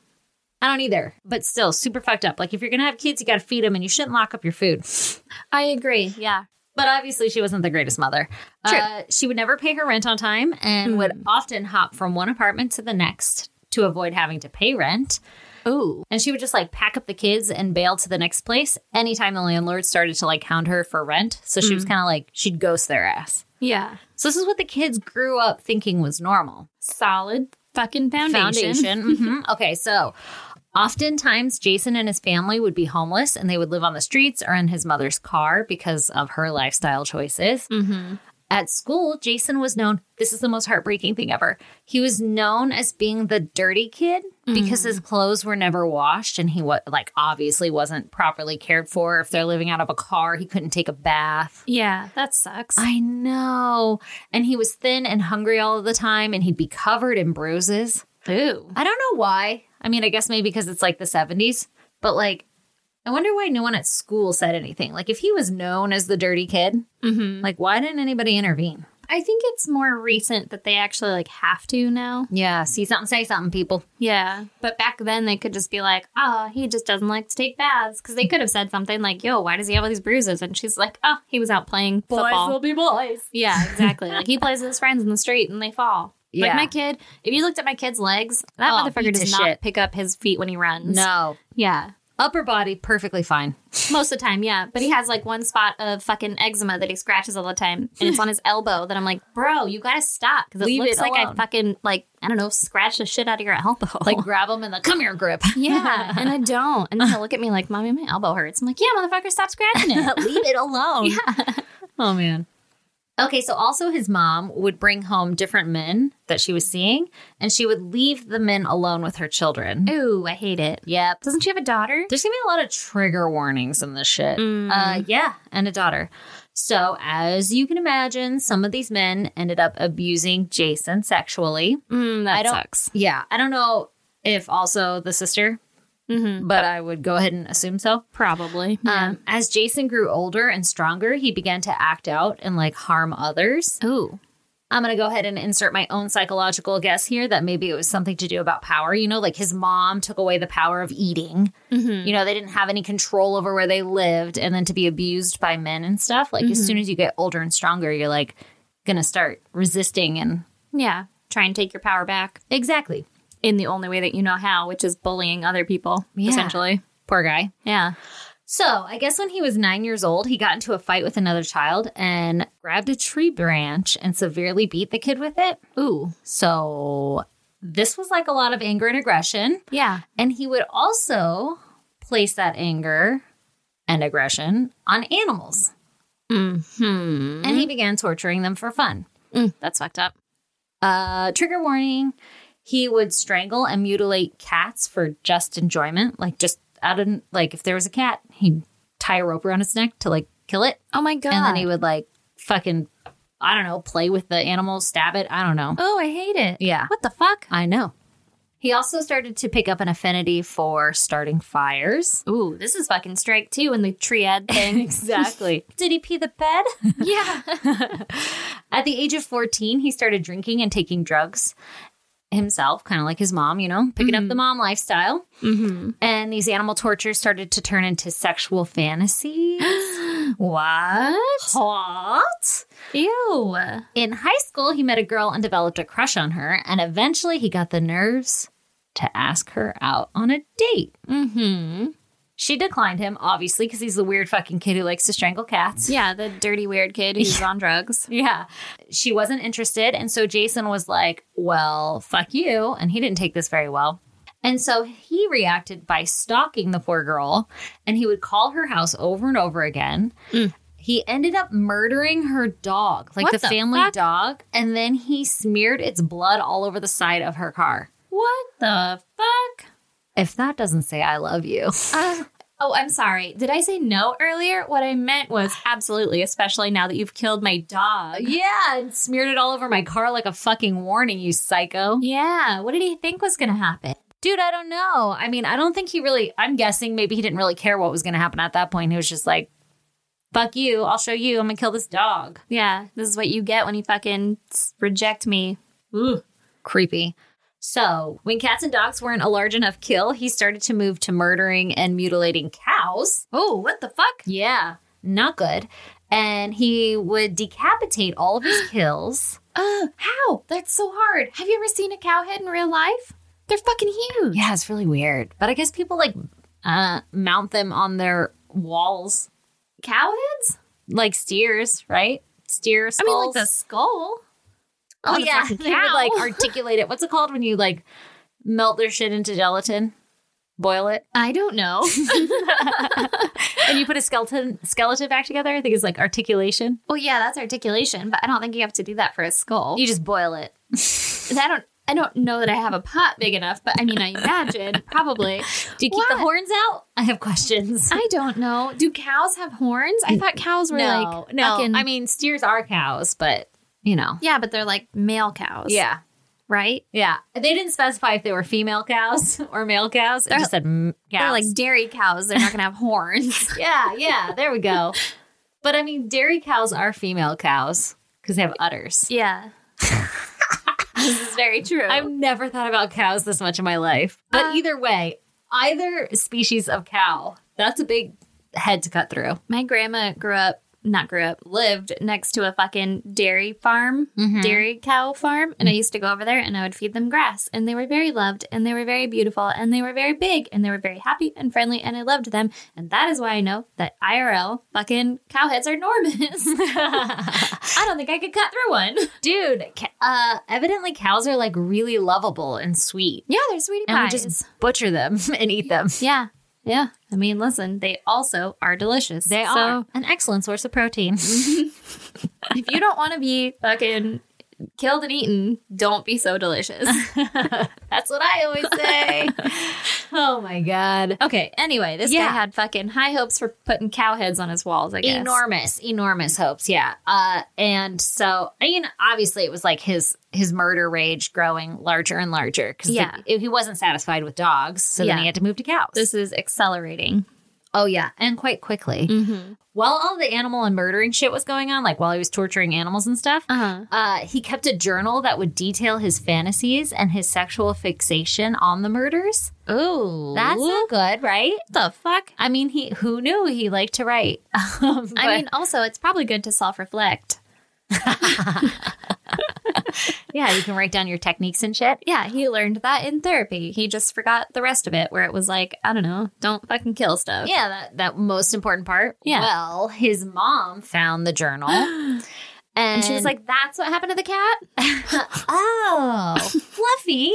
Speaker 2: I don't either. But still, super fucked up. Like if you're gonna have kids, you gotta feed them, and you shouldn't lock up your food.
Speaker 1: I agree. Yeah.
Speaker 2: But obviously, she wasn't the greatest mother.
Speaker 1: True.
Speaker 2: Uh, she would never pay her rent on time and would often hop from one apartment to the next to avoid having to pay rent.
Speaker 1: Ooh.
Speaker 2: And she would just like pack up the kids and bail to the next place anytime the landlord started to like hound her for rent. So she was kind of like, she'd ghost their ass.
Speaker 1: Yeah.
Speaker 2: So this is what the kids grew up thinking was normal.
Speaker 1: Solid fucking foundation.
Speaker 2: Mhm. <laughs> Okay, so oftentimes Jason and his family would be homeless and they would live on the streets or in his mother's car because of her lifestyle choices.
Speaker 1: Mm-hmm.
Speaker 2: At school, Jason was known, this is the most heartbreaking thing ever. He was known as being the dirty kid because
Speaker 1: Mm-hmm.
Speaker 2: his clothes were never washed and he was like obviously wasn't properly cared for. If they're living out of a car, he couldn't take a bath.
Speaker 1: Yeah, that sucks.
Speaker 2: I know. And he was thin and hungry all of the time and he'd be covered in bruises.
Speaker 1: Ooh.
Speaker 2: I don't know why. I mean, I guess maybe because it's like the 70s, but like I wonder why no one at school said anything. Like if he was known as the dirty kid,
Speaker 1: Mm-hmm.
Speaker 2: like why didn't anybody intervene?
Speaker 1: I think it's more recent that they actually like have to now.
Speaker 2: Yeah, see something, say something, people.
Speaker 1: Yeah, but back then they could just be like, "Oh, he just doesn't like to take baths," because they could have said something like, "Yo, why does he have all these bruises?" And she's like, "Oh, he was out playing football."
Speaker 2: be boys.
Speaker 1: yeah, exactly. like he plays with his friends in the street and they fall.
Speaker 2: Yeah.
Speaker 1: Like my kid, if you looked at my kid's legs, that
Speaker 2: Oh,
Speaker 1: motherfucker
Speaker 2: beat
Speaker 1: does
Speaker 2: to
Speaker 1: not
Speaker 2: shit.
Speaker 1: pick up his feet when he runs.
Speaker 2: No.
Speaker 1: Yeah,
Speaker 2: Upper body perfectly fine.
Speaker 1: most of the time, yeah. But he has like one spot of fucking eczema that he scratches all the time, and it's on <laughs> his elbow. That I'm like, bro, you gotta stop because it
Speaker 2: Leave
Speaker 1: looks
Speaker 2: it
Speaker 1: like I
Speaker 2: alone."
Speaker 1: fucking like I don't know, scratch the shit out of your elbow.
Speaker 2: Like grab them and the come here grip.
Speaker 1: <laughs>
Speaker 2: <laughs>
Speaker 1: Yeah, and I don't. And then he'll look at me like, "Mommy, my elbow hurts." I'm like, "Yeah, motherfucker, stop scratching <laughs> it."
Speaker 2: Leave it alone. Oh man. Okay, so also his mom would bring home different men that she was seeing, and she would leave the men alone with her children.
Speaker 1: Ooh, I hate it.
Speaker 2: Yep.
Speaker 1: Doesn't she have a daughter?
Speaker 2: There's gonna be a lot of trigger warnings in this shit.
Speaker 1: Mm.
Speaker 2: Uh, yeah, and a daughter. So, as you can imagine, some of these men ended up abusing Jason sexually.
Speaker 1: Mm, that
Speaker 2: I don't-
Speaker 1: sucks.
Speaker 2: Yeah, I don't know if also the sister,
Speaker 1: Mm-hmm.
Speaker 2: but I would go ahead and assume so.
Speaker 1: Probably.
Speaker 2: Um, as Jason grew older and stronger, he began to act out and like harm others.
Speaker 1: Ooh.
Speaker 2: I'm going to go ahead and insert my own psychological guess here that maybe it was something to do about power. You know, like his mom took away the power of eating. You know, they didn't have any control over where they lived. And then to be abused by men and stuff, like as soon as you get older and stronger, you're like going to start resisting. And
Speaker 1: Yeah. Try and take your power back
Speaker 2: exactly.
Speaker 1: in the only way that you know how, which is bullying other people,
Speaker 2: Yeah.
Speaker 1: essentially.
Speaker 2: Poor guy.
Speaker 1: Yeah.
Speaker 2: So I guess when he was nine years old, he got into a fight with another child and grabbed a tree branch and severely beat the kid with it.
Speaker 1: Ooh.
Speaker 2: So this was like a lot of anger and aggression.
Speaker 1: Yeah.
Speaker 2: And he would also place that anger and aggression on animals.
Speaker 1: Hmm.
Speaker 2: And he began torturing them for fun.
Speaker 1: Mm, that's fucked up.
Speaker 2: Uh, trigger warning he would strangle and mutilate cats for just enjoyment. Like, just out of, like, if there was a cat, he'd tie a rope around its neck to, like, kill it.
Speaker 1: Oh my god.
Speaker 2: And then he would, like, fucking, I don't know, play with the animal, stab it. I don't know.
Speaker 1: oh, I hate it.
Speaker 2: Yeah.
Speaker 1: What the fuck?
Speaker 2: I know. He also started to pick up an affinity for starting fires.
Speaker 1: Ooh, this is fucking strike two in the triad <laughs> thing.
Speaker 2: <laughs> Exactly. Did he pee the bed?
Speaker 1: <laughs> yeah.
Speaker 2: At the age of 14, he started drinking and taking drugs. himself, kind of like his mom, you know, picking up
Speaker 1: Mhm.
Speaker 2: the mom lifestyle.
Speaker 1: Mm-hmm.
Speaker 2: And these animal tortures started to turn into
Speaker 1: <gasps>
Speaker 2: sexual fantasies.
Speaker 1: What?
Speaker 2: Hot.
Speaker 1: Ew.
Speaker 2: In high school, he met a girl and developed a crush on her, and eventually he got the nerves to ask her out on a date.
Speaker 1: Mm-hmm.
Speaker 2: She declined him, obviously, because he's the weird fucking kid who likes to strangle cats.
Speaker 1: Yeah, the dirty weird kid who's on drugs.
Speaker 2: Yeah. She wasn't interested. And so Jason was like, well, fuck you. And he didn't take this very well. And so he reacted by stalking the poor girl and he would call her house over and over again.
Speaker 1: Mm.
Speaker 2: He ended up murdering her dog, like
Speaker 1: What
Speaker 2: the,
Speaker 1: the
Speaker 2: family
Speaker 1: fuck?
Speaker 2: dog. And then he smeared its blood all over the side of her car.
Speaker 1: What the fuck?
Speaker 2: If that doesn't say I love you. <laughs>
Speaker 1: Uh, oh, I'm sorry. Did I say no earlier? What I meant was absolutely, especially now that you've killed my dog.
Speaker 2: yeah, and smeared it all over my car like a fucking warning, you psycho.
Speaker 1: Yeah. What did he think was going to happen?
Speaker 2: Dude, I don't know. I mean, I don't think he really, I'm guessing maybe he didn't really care what was going to happen at that point. He was just like, fuck you. I'll show you. I'm going to kill this dog.
Speaker 1: Yeah, this is what you get when you fucking s- reject me.
Speaker 2: Creepy. So, when cats and dogs weren't a large enough kill, he started to move to murdering and mutilating cows.
Speaker 1: Oh, what the fuck?
Speaker 2: Yeah, not good. And he would decapitate all of
Speaker 1: <gasps>
Speaker 2: his kills.
Speaker 1: Uh, how? That's so hard. Have you ever seen a cow head in real life? They're fucking huge.
Speaker 2: Yeah, it's really weird. But I guess people like uh, mount them on their walls,
Speaker 1: Cow heads?
Speaker 2: like steers, right? Steer
Speaker 1: I
Speaker 2: skulls.
Speaker 1: mean, like the skull.
Speaker 2: Oh
Speaker 1: on a
Speaker 2: yeah, <laughs>
Speaker 1: fucking
Speaker 2: they would like
Speaker 1: cow.
Speaker 2: articulate it. What's it called when you like melt their shit into gelatin, boil it,
Speaker 1: I don't <laughs> know.
Speaker 2: and you put a skeleton skeleton back together? I think it's like articulation.
Speaker 1: well, yeah, that's articulation, but I don't think you have to do that for a skull.
Speaker 2: You just boil it.
Speaker 1: And I don't. I don't know that I have a pot big enough, but I mean, I <laughs> imagine probably.
Speaker 2: Do you keep the
Speaker 1: What?
Speaker 2: horns out? <laughs> I have questions.
Speaker 1: I don't know. Do cows have horns? I thought cows <laughs> were
Speaker 2: no,
Speaker 1: like
Speaker 2: no.
Speaker 1: fucking-
Speaker 2: I mean, steers are cows, but you know,
Speaker 1: yeah, but they're like male cows.
Speaker 2: yeah.
Speaker 1: right.
Speaker 2: Yeah, they didn't specify if they were female cows <laughs> or male cows. It
Speaker 1: They're-
Speaker 2: just said mm, cows.
Speaker 1: They're like dairy cows. They're not gonna have
Speaker 2: <laughs>
Speaker 1: horns.
Speaker 2: yeah, yeah. There we go. But I mean, dairy cows are female cows because they have udders.
Speaker 1: Yeah, this is very true.
Speaker 2: I've never thought about cows this much in my life. But
Speaker 1: Uh,
Speaker 2: either way, either species of cow, that's a big head to cut through. <laughs>
Speaker 1: My grandma grew up, not grew up, lived next to a fucking dairy farm,
Speaker 2: Mhm.
Speaker 1: dairy cow farm. And I used to go over there and I would feed them grass. And they were very loved and they were very beautiful and they were very big and they were very happy and friendly. And I loved them. And that is why I know that IRL fucking cow heads are
Speaker 2: <laughs>
Speaker 1: enormous. <laughs> I don't think I could cut through one.
Speaker 2: Dude, ca- uh, evidently cows are like really lovable and sweet.
Speaker 1: Yeah, they're sweetie
Speaker 2: And
Speaker 1: pies.
Speaker 2: we just butcher them <laughs> and eat them.
Speaker 1: yeah. Yeah. I mean, listen, they also are delicious.
Speaker 2: They
Speaker 1: So
Speaker 2: are an excellent source of protein.
Speaker 1: if you don't want to be fucking killed and eaten, don't be so <laughs> delicious.
Speaker 2: That's what I always say. <laughs> oh my God.
Speaker 1: Okay, anyway, this
Speaker 2: Yeah.
Speaker 1: guy had fucking high hopes for putting cow heads on his walls, I guess.
Speaker 2: enormous enormous hopes yeah uh and so i mean obviously it was like his his murder rage growing larger and larger because
Speaker 1: Yeah.
Speaker 2: he wasn't satisfied with dogs so then
Speaker 1: Yeah.
Speaker 2: he had to move to cows
Speaker 1: This is accelerating.
Speaker 2: oh yeah and quite quickly
Speaker 1: Mm-hmm.
Speaker 2: while all the animal and murdering shit was going on like while he was torturing animals and stuff
Speaker 1: Uh-huh.
Speaker 2: uh, he kept a journal that would detail his fantasies and his sexual fixation on the murders
Speaker 1: Ooh.
Speaker 2: that's
Speaker 1: what
Speaker 2: not good right
Speaker 1: the fuck?
Speaker 2: i mean he who knew he liked to write <laughs> Um,
Speaker 1: I mean, also, it's probably good to self reflect.
Speaker 2: yeah you can write down your techniques and shit
Speaker 1: Yeah, he learned that in therapy. He just forgot the rest of it, where it was like, I don't know, don't fucking kill stuff. <laughs>
Speaker 2: Yeah, that, that most important part.
Speaker 1: Yeah.
Speaker 2: Well, his mom found the <gasps> journal. And,
Speaker 1: And she was like, that's what happened to the cat?
Speaker 2: <laughs> oh, Fluffy.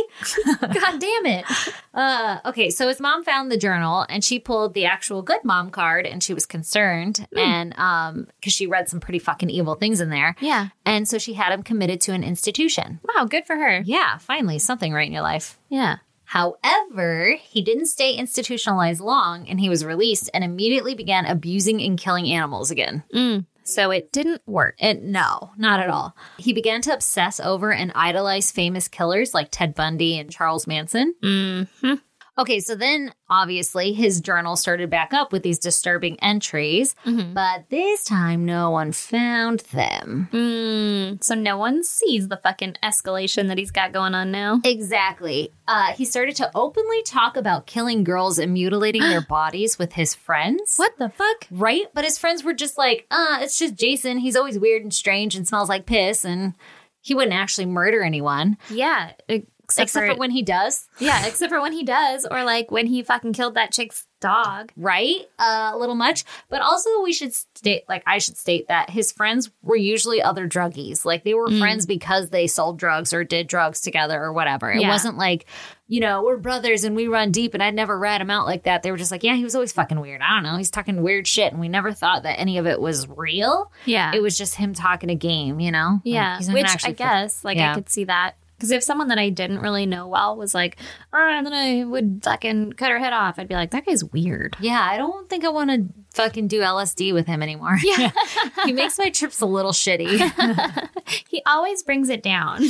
Speaker 1: God damn it.
Speaker 2: Uh, okay, so his mom found the journal and she pulled the actual good mom card and she was concerned. And um, because she read some pretty fucking evil things in there.
Speaker 1: Yeah.
Speaker 2: And so she had him committed to an institution.
Speaker 1: Wow, good for her.
Speaker 2: Yeah, finally, something right in your life.
Speaker 1: Yeah.
Speaker 2: However, he didn't stay institutionalized long and he was released and immediately began abusing and killing animals again.
Speaker 1: Mm. So it didn't work.
Speaker 2: It, no, not at all. He began to obsess over and idolize famous killers like Ted Bundy and Charles Manson.
Speaker 1: Mm.
Speaker 2: Okay, so then obviously his journal started back up with these disturbing entries, but this time no one found them.
Speaker 1: Mm, so no one sees the fucking escalation that he's got going on now.
Speaker 2: Exactly. Uh, he started to openly talk about killing girls and
Speaker 1: <gasps>
Speaker 2: mutilating their bodies with his friends.
Speaker 1: What the fuck?
Speaker 2: Right? But his friends were just like, uh, it's just Jason. He's always weird and strange and smells like piss, and he wouldn't actually murder anyone.
Speaker 1: Yeah. e-, Except,
Speaker 2: Except for when he does.
Speaker 1: yeah, except for when he does, or like when he fucking killed that chick's dog.
Speaker 2: right uh, a little much but also we should state like i should state that his friends were usually other druggies like they
Speaker 1: Mm.
Speaker 2: were friends because they sold drugs or did drugs together or whatever it
Speaker 1: Yeah.
Speaker 2: wasn't like you know we're brothers and we run deep and i'd never rat him out like that they were just like yeah he was always fucking weird i don't know he's talking weird shit and we never thought that any of it was real
Speaker 1: Yeah,
Speaker 2: it was just him talking a game you know Like,
Speaker 1: yeah.
Speaker 2: he's not
Speaker 1: Which
Speaker 2: actually
Speaker 1: I guess, like,
Speaker 2: Yeah.
Speaker 1: I could see that because if someone that I didn't really know well was like, "Ah," and then I would fucking cut her head off, I'd be like, that guy's weird.
Speaker 2: yeah, I don't think I want to fucking do LSD with him anymore.
Speaker 1: Yeah,
Speaker 2: <laughs> he makes my trips a
Speaker 1: <laughs>
Speaker 2: little shitty.
Speaker 1: he always brings it
Speaker 2: <laughs>
Speaker 1: down.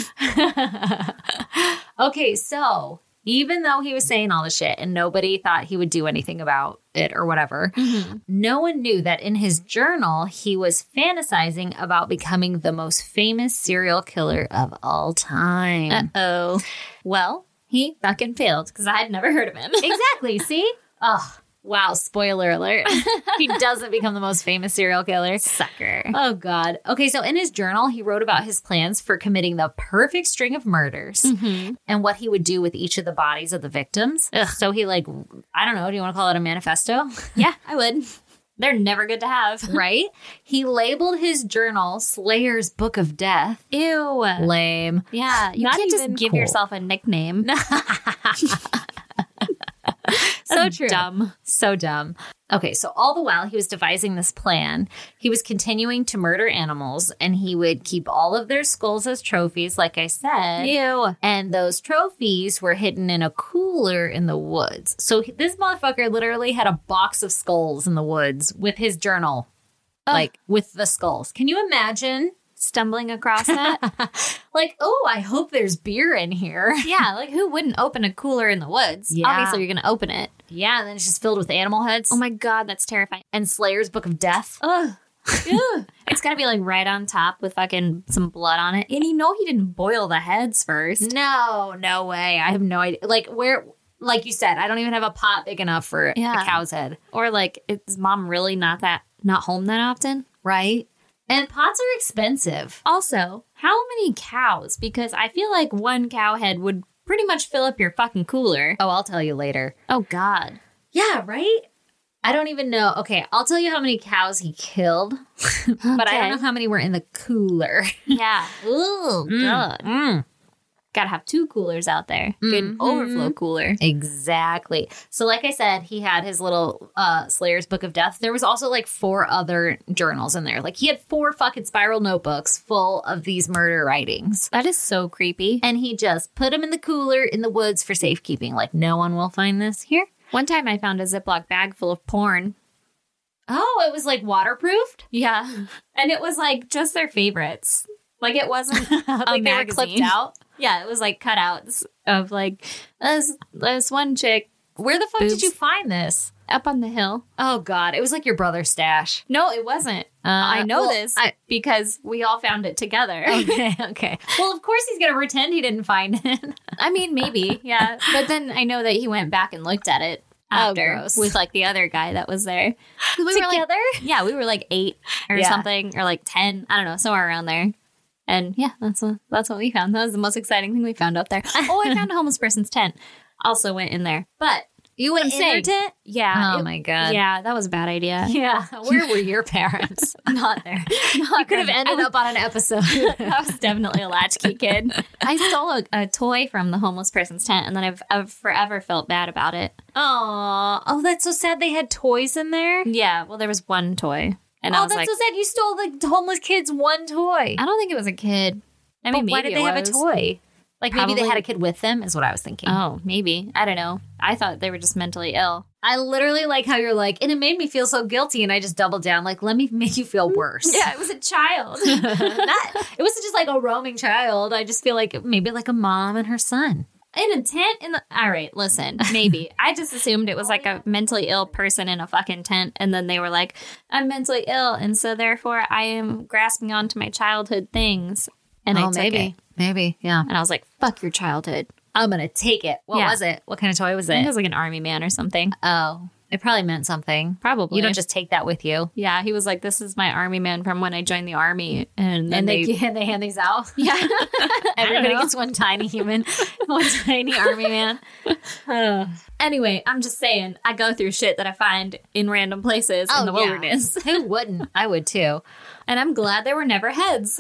Speaker 2: okay, so even though he was saying all the shit and nobody thought he would do anything about it or whatever,
Speaker 1: Mm-hmm.
Speaker 2: no one knew that in his journal he was fantasizing about becoming the most famous serial killer of all time.
Speaker 1: oh, well, he fucking failed because I had never heard of
Speaker 2: <laughs>
Speaker 1: him.
Speaker 2: exactly. See? Oh, wow. Spoiler <laughs> alert. he doesn't become the most famous serial killer.
Speaker 1: Sucker.
Speaker 2: Oh, God. Okay, so in his journal, he wrote about his plans for committing the perfect string of murders and what he would do with each of the bodies of the victims. So he, like, I don't know, do you want to call it a <laughs> manifesto?
Speaker 1: Yeah, <laughs> I would. They're never good to have.
Speaker 2: right? He labeled his journal Slayer's Book of Death.
Speaker 1: Ew.
Speaker 2: Lame.
Speaker 1: Yeah, you
Speaker 2: Not
Speaker 1: can't just
Speaker 2: even
Speaker 1: give
Speaker 2: cool.
Speaker 1: yourself a nickname.
Speaker 2: <laughs>
Speaker 1: <laughs>
Speaker 2: So true.
Speaker 1: Dumb.
Speaker 2: So dumb. Okay, so all the while he was devising this plan, he was continuing to murder animals and he would keep all of their skulls as trophies, like I said.
Speaker 1: Ew.
Speaker 2: And those trophies were hidden in a cooler in the woods. So he- this motherfucker literally had a box of skulls in the woods with his journal, like with the skulls. Can you imagine?
Speaker 1: Stumbling across
Speaker 2: <laughs>
Speaker 1: that.
Speaker 2: Like, oh, I hope there's beer in here.
Speaker 1: yeah, like who wouldn't open a cooler in the woods?
Speaker 2: Yeah.
Speaker 1: Obviously, you're going to open it.
Speaker 2: Yeah, and then it's just filled with animal heads
Speaker 1: Oh my God, that's terrifying.
Speaker 2: and Slayer's Book of Death.
Speaker 1: <laughs> Ugh. it's got to be like right on top with fucking some blood on it. And you know he didn't boil the heads first.
Speaker 2: No, no way. I have no idea. Like, where, like you said, I don't even have a pot big enough for
Speaker 1: Yeah.
Speaker 2: a cow's head.
Speaker 1: Or like, is mom really not that, not home that often?
Speaker 2: Right? And pots are expensive.
Speaker 1: Also, how many cows? Because I feel like one cow head would pretty much fill up your fucking cooler.
Speaker 2: Oh, I'll tell you later.
Speaker 1: Oh God.
Speaker 2: Yeah, right? I don't even know. Okay, I'll tell you how many cows he killed, <laughs> but I
Speaker 1: Okay.
Speaker 2: don't know how many were in the cooler.
Speaker 1: Yeah. <laughs> Ooh, God. Mm-hmm.
Speaker 2: Mm.
Speaker 1: Gotta have two coolers out there. Good overflow cooler.
Speaker 2: Exactly. So, like I said, he had his little uh, Slayer's Book of Death. There was also like four other journals in there. Like he had four fucking spiral notebooks full of these murder writings. <laughs>
Speaker 1: That is so creepy.
Speaker 2: And he just put them in the cooler in the woods for safekeeping. Like, no one will find this here.
Speaker 1: One time I found a Ziploc bag full of porn.
Speaker 2: Oh, it was like waterproofed?
Speaker 1: Yeah. And it was like just their favorites. Like it <laughs> wasn't like they were clipped
Speaker 2: magazine.
Speaker 1: out. Yeah, it was like cutouts <laughs> of like this this one chick
Speaker 2: Where the fuck
Speaker 1: Boobs.
Speaker 2: did you find this?
Speaker 1: up on the hill.
Speaker 2: Oh, God. It was like your brother's stash.
Speaker 1: No, it wasn't.
Speaker 2: Uh,
Speaker 1: I know
Speaker 2: well,
Speaker 1: this
Speaker 2: I-
Speaker 1: because we all found it <laughs> together.
Speaker 2: okay, okay. <laughs> Well, of course he's going to pretend he didn't find it. <laughs>
Speaker 1: I mean, maybe, yeah. But then I know that he went back and looked at it
Speaker 2: Oh,
Speaker 1: after
Speaker 2: gross.
Speaker 1: with like the other guy that was there. 'Cause We were like,
Speaker 2: Together?
Speaker 1: yeah, we were like eight or
Speaker 2: Yeah.
Speaker 1: something, or like ten. I don't know, somewhere around there. And yeah, that's what that's what we found. That was the most exciting thing we found out there. <laughs> Oh, I found a homeless person's tent. Also went in there, but
Speaker 2: you went
Speaker 1: in their
Speaker 2: tent?
Speaker 1: yeah,
Speaker 2: Oh,
Speaker 1: it-
Speaker 2: my God.
Speaker 1: yeah, that was a bad idea.
Speaker 2: Yeah. <laughs> Where were your parents?
Speaker 1: <laughs> Not there.
Speaker 2: you could have ended up on an episode.
Speaker 1: <laughs> I was definitely a latchkey kid. I stole a, a toy from the homeless person's tent, and then I've, I've forever felt bad about it.
Speaker 2: <laughs> Aw. Oh, that's so sad they had toys in there.
Speaker 1: Yeah, well, there was one toy, and I
Speaker 2: oh,
Speaker 1: was
Speaker 2: that's
Speaker 1: like,
Speaker 2: so sad. You stole the homeless kid's one toy.
Speaker 1: I don't think it was a kid. I
Speaker 2: But
Speaker 1: mean,
Speaker 2: why
Speaker 1: maybe
Speaker 2: did they
Speaker 1: it
Speaker 2: have a
Speaker 1: was.
Speaker 2: toy? Like maybe they
Speaker 1: Probably-
Speaker 2: had a kid with them, is what I was thinking.
Speaker 1: Oh, maybe. I don't know. I thought they were just mentally ill.
Speaker 2: I literally like how you're like, and it made me feel so guilty, and I just doubled down. Like, let me make you <laughs> feel worse.
Speaker 1: it was a child. <laughs>
Speaker 2: Not- it wasn't just like a roaming child. I just feel like maybe like a mom and her son.
Speaker 1: in a tent in the all right listen
Speaker 2: <laughs>
Speaker 1: maybe i just assumed it was like a mentally ill person in a fucking tent and then they were like i'm mentally ill and so therefore i am grasping onto my childhood things and i
Speaker 2: oh,
Speaker 1: took
Speaker 2: maybe,
Speaker 1: it
Speaker 2: maybe, yeah.
Speaker 1: and i was like fuck your childhood
Speaker 2: I'm gonna take it. What
Speaker 1: Yeah.
Speaker 2: was it? What kind of toy was
Speaker 1: i think
Speaker 2: it?
Speaker 1: it was like an army man or something
Speaker 2: oh, it probably meant something.
Speaker 1: probably
Speaker 2: You don't just take that with you.
Speaker 1: yeah he was like this is my army man from when i joined the army and then
Speaker 2: And
Speaker 1: they,
Speaker 2: they, and they <laughs> hand these out.
Speaker 1: <laughs> yeah
Speaker 2: Everybody
Speaker 1: know.
Speaker 2: gets one tiny human, <laughs> one tiny army man.
Speaker 1: anyway i'm just saying i go through shit that i find in random places in the
Speaker 2: Oh, yeah.
Speaker 1: wilderness <laughs>
Speaker 2: Who wouldn't? I would too.
Speaker 1: and i'm glad there were never heads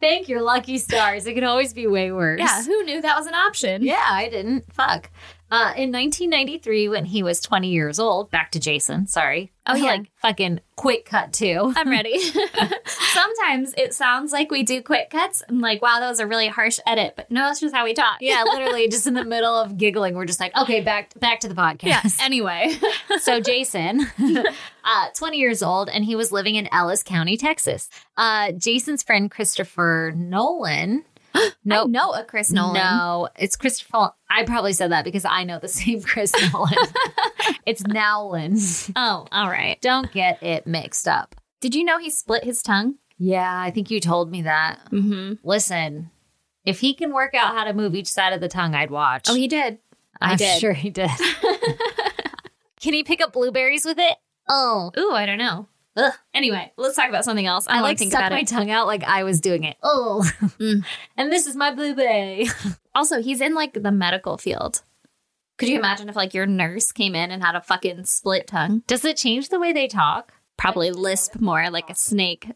Speaker 2: Thank your lucky stars. It could always be way worse.
Speaker 1: yeah <laughs> who knew that was an option
Speaker 2: Yeah, I didn't. Fuck. Uh, in 1993, when he was 20 years old, back to Jason, sorry.
Speaker 1: <laughs>
Speaker 2: I was
Speaker 1: Oh, yeah.
Speaker 2: like, fucking quick cut <laughs> too.
Speaker 1: I'm ready. <laughs> Sometimes it sounds like we do quick cuts. I'm like, wow, that was a really harsh edit, but no, that's just how we talk. <laughs>
Speaker 2: Yeah, literally just in the middle of giggling, we're just like, okay, back back to the podcast.
Speaker 1: Yeah. <laughs> Anyway.
Speaker 2: so Jason, <laughs> uh, 20 years old, and he was living in Ellis County, Texas. Uh, Jason's friend Christopher Nolan.
Speaker 1: <gasps> I know a Chris Nolan.
Speaker 2: No, it's Christopher. I probably said that because I know the <laughs> same Chris
Speaker 1: <laughs>
Speaker 2: Nolan. it's Nowlin.
Speaker 1: Oh, all right.
Speaker 2: Don't get it mixed up.
Speaker 1: Did you know he split his tongue?
Speaker 2: Yeah, I think you told me that.
Speaker 1: Mm-hmm.
Speaker 2: Listen, if he can work out how to move each side of the tongue, I'd watch.
Speaker 1: Oh, he did. I
Speaker 2: I'm
Speaker 1: did.
Speaker 2: sure he
Speaker 1: <laughs>
Speaker 2: did. can he pick up blueberries with it? Oh,
Speaker 1: Ooh, I don't know. Ugh. Anyway, let's talk about something else. I,
Speaker 2: I,
Speaker 1: don't
Speaker 2: like
Speaker 1: think
Speaker 2: stuck
Speaker 1: about
Speaker 2: my
Speaker 1: it.
Speaker 2: tongue out like I was doing it. Oh,
Speaker 1: Mm.
Speaker 2: <laughs> and this is my blueberry.
Speaker 1: Also, he's in like the medical field. Could you imagine if like your nurse came in and had a fucking split tongue?
Speaker 2: <laughs> Does it change the way they talk?
Speaker 1: Probably lisp more like a snake.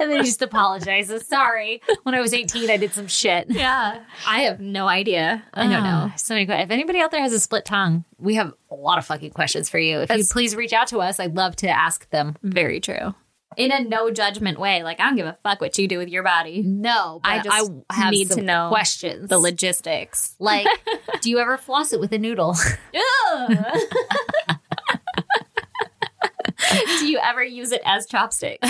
Speaker 2: And then he just apologizes. <laughs> Sorry, when I was 18, I did some shit.
Speaker 1: <laughs> Yeah. <laughs> I have no idea. I don't know.
Speaker 2: Ah, So many que- If anybody out there has a split tongue, we have a lot of fucking questions for you. If you
Speaker 1: That's-
Speaker 2: please reach out to us, I'd love to ask them.
Speaker 1: Very true. In a no judgment way. Like, I don't give a fuck what you do with your body.
Speaker 2: No, but
Speaker 1: I
Speaker 2: I
Speaker 1: just
Speaker 2: just have
Speaker 1: need
Speaker 2: some
Speaker 1: to know
Speaker 2: questions.
Speaker 1: The logistics.
Speaker 2: like, <laughs> do you ever floss it with a noodle? <laughs>
Speaker 1: <laughs> do you ever use it as chopsticks?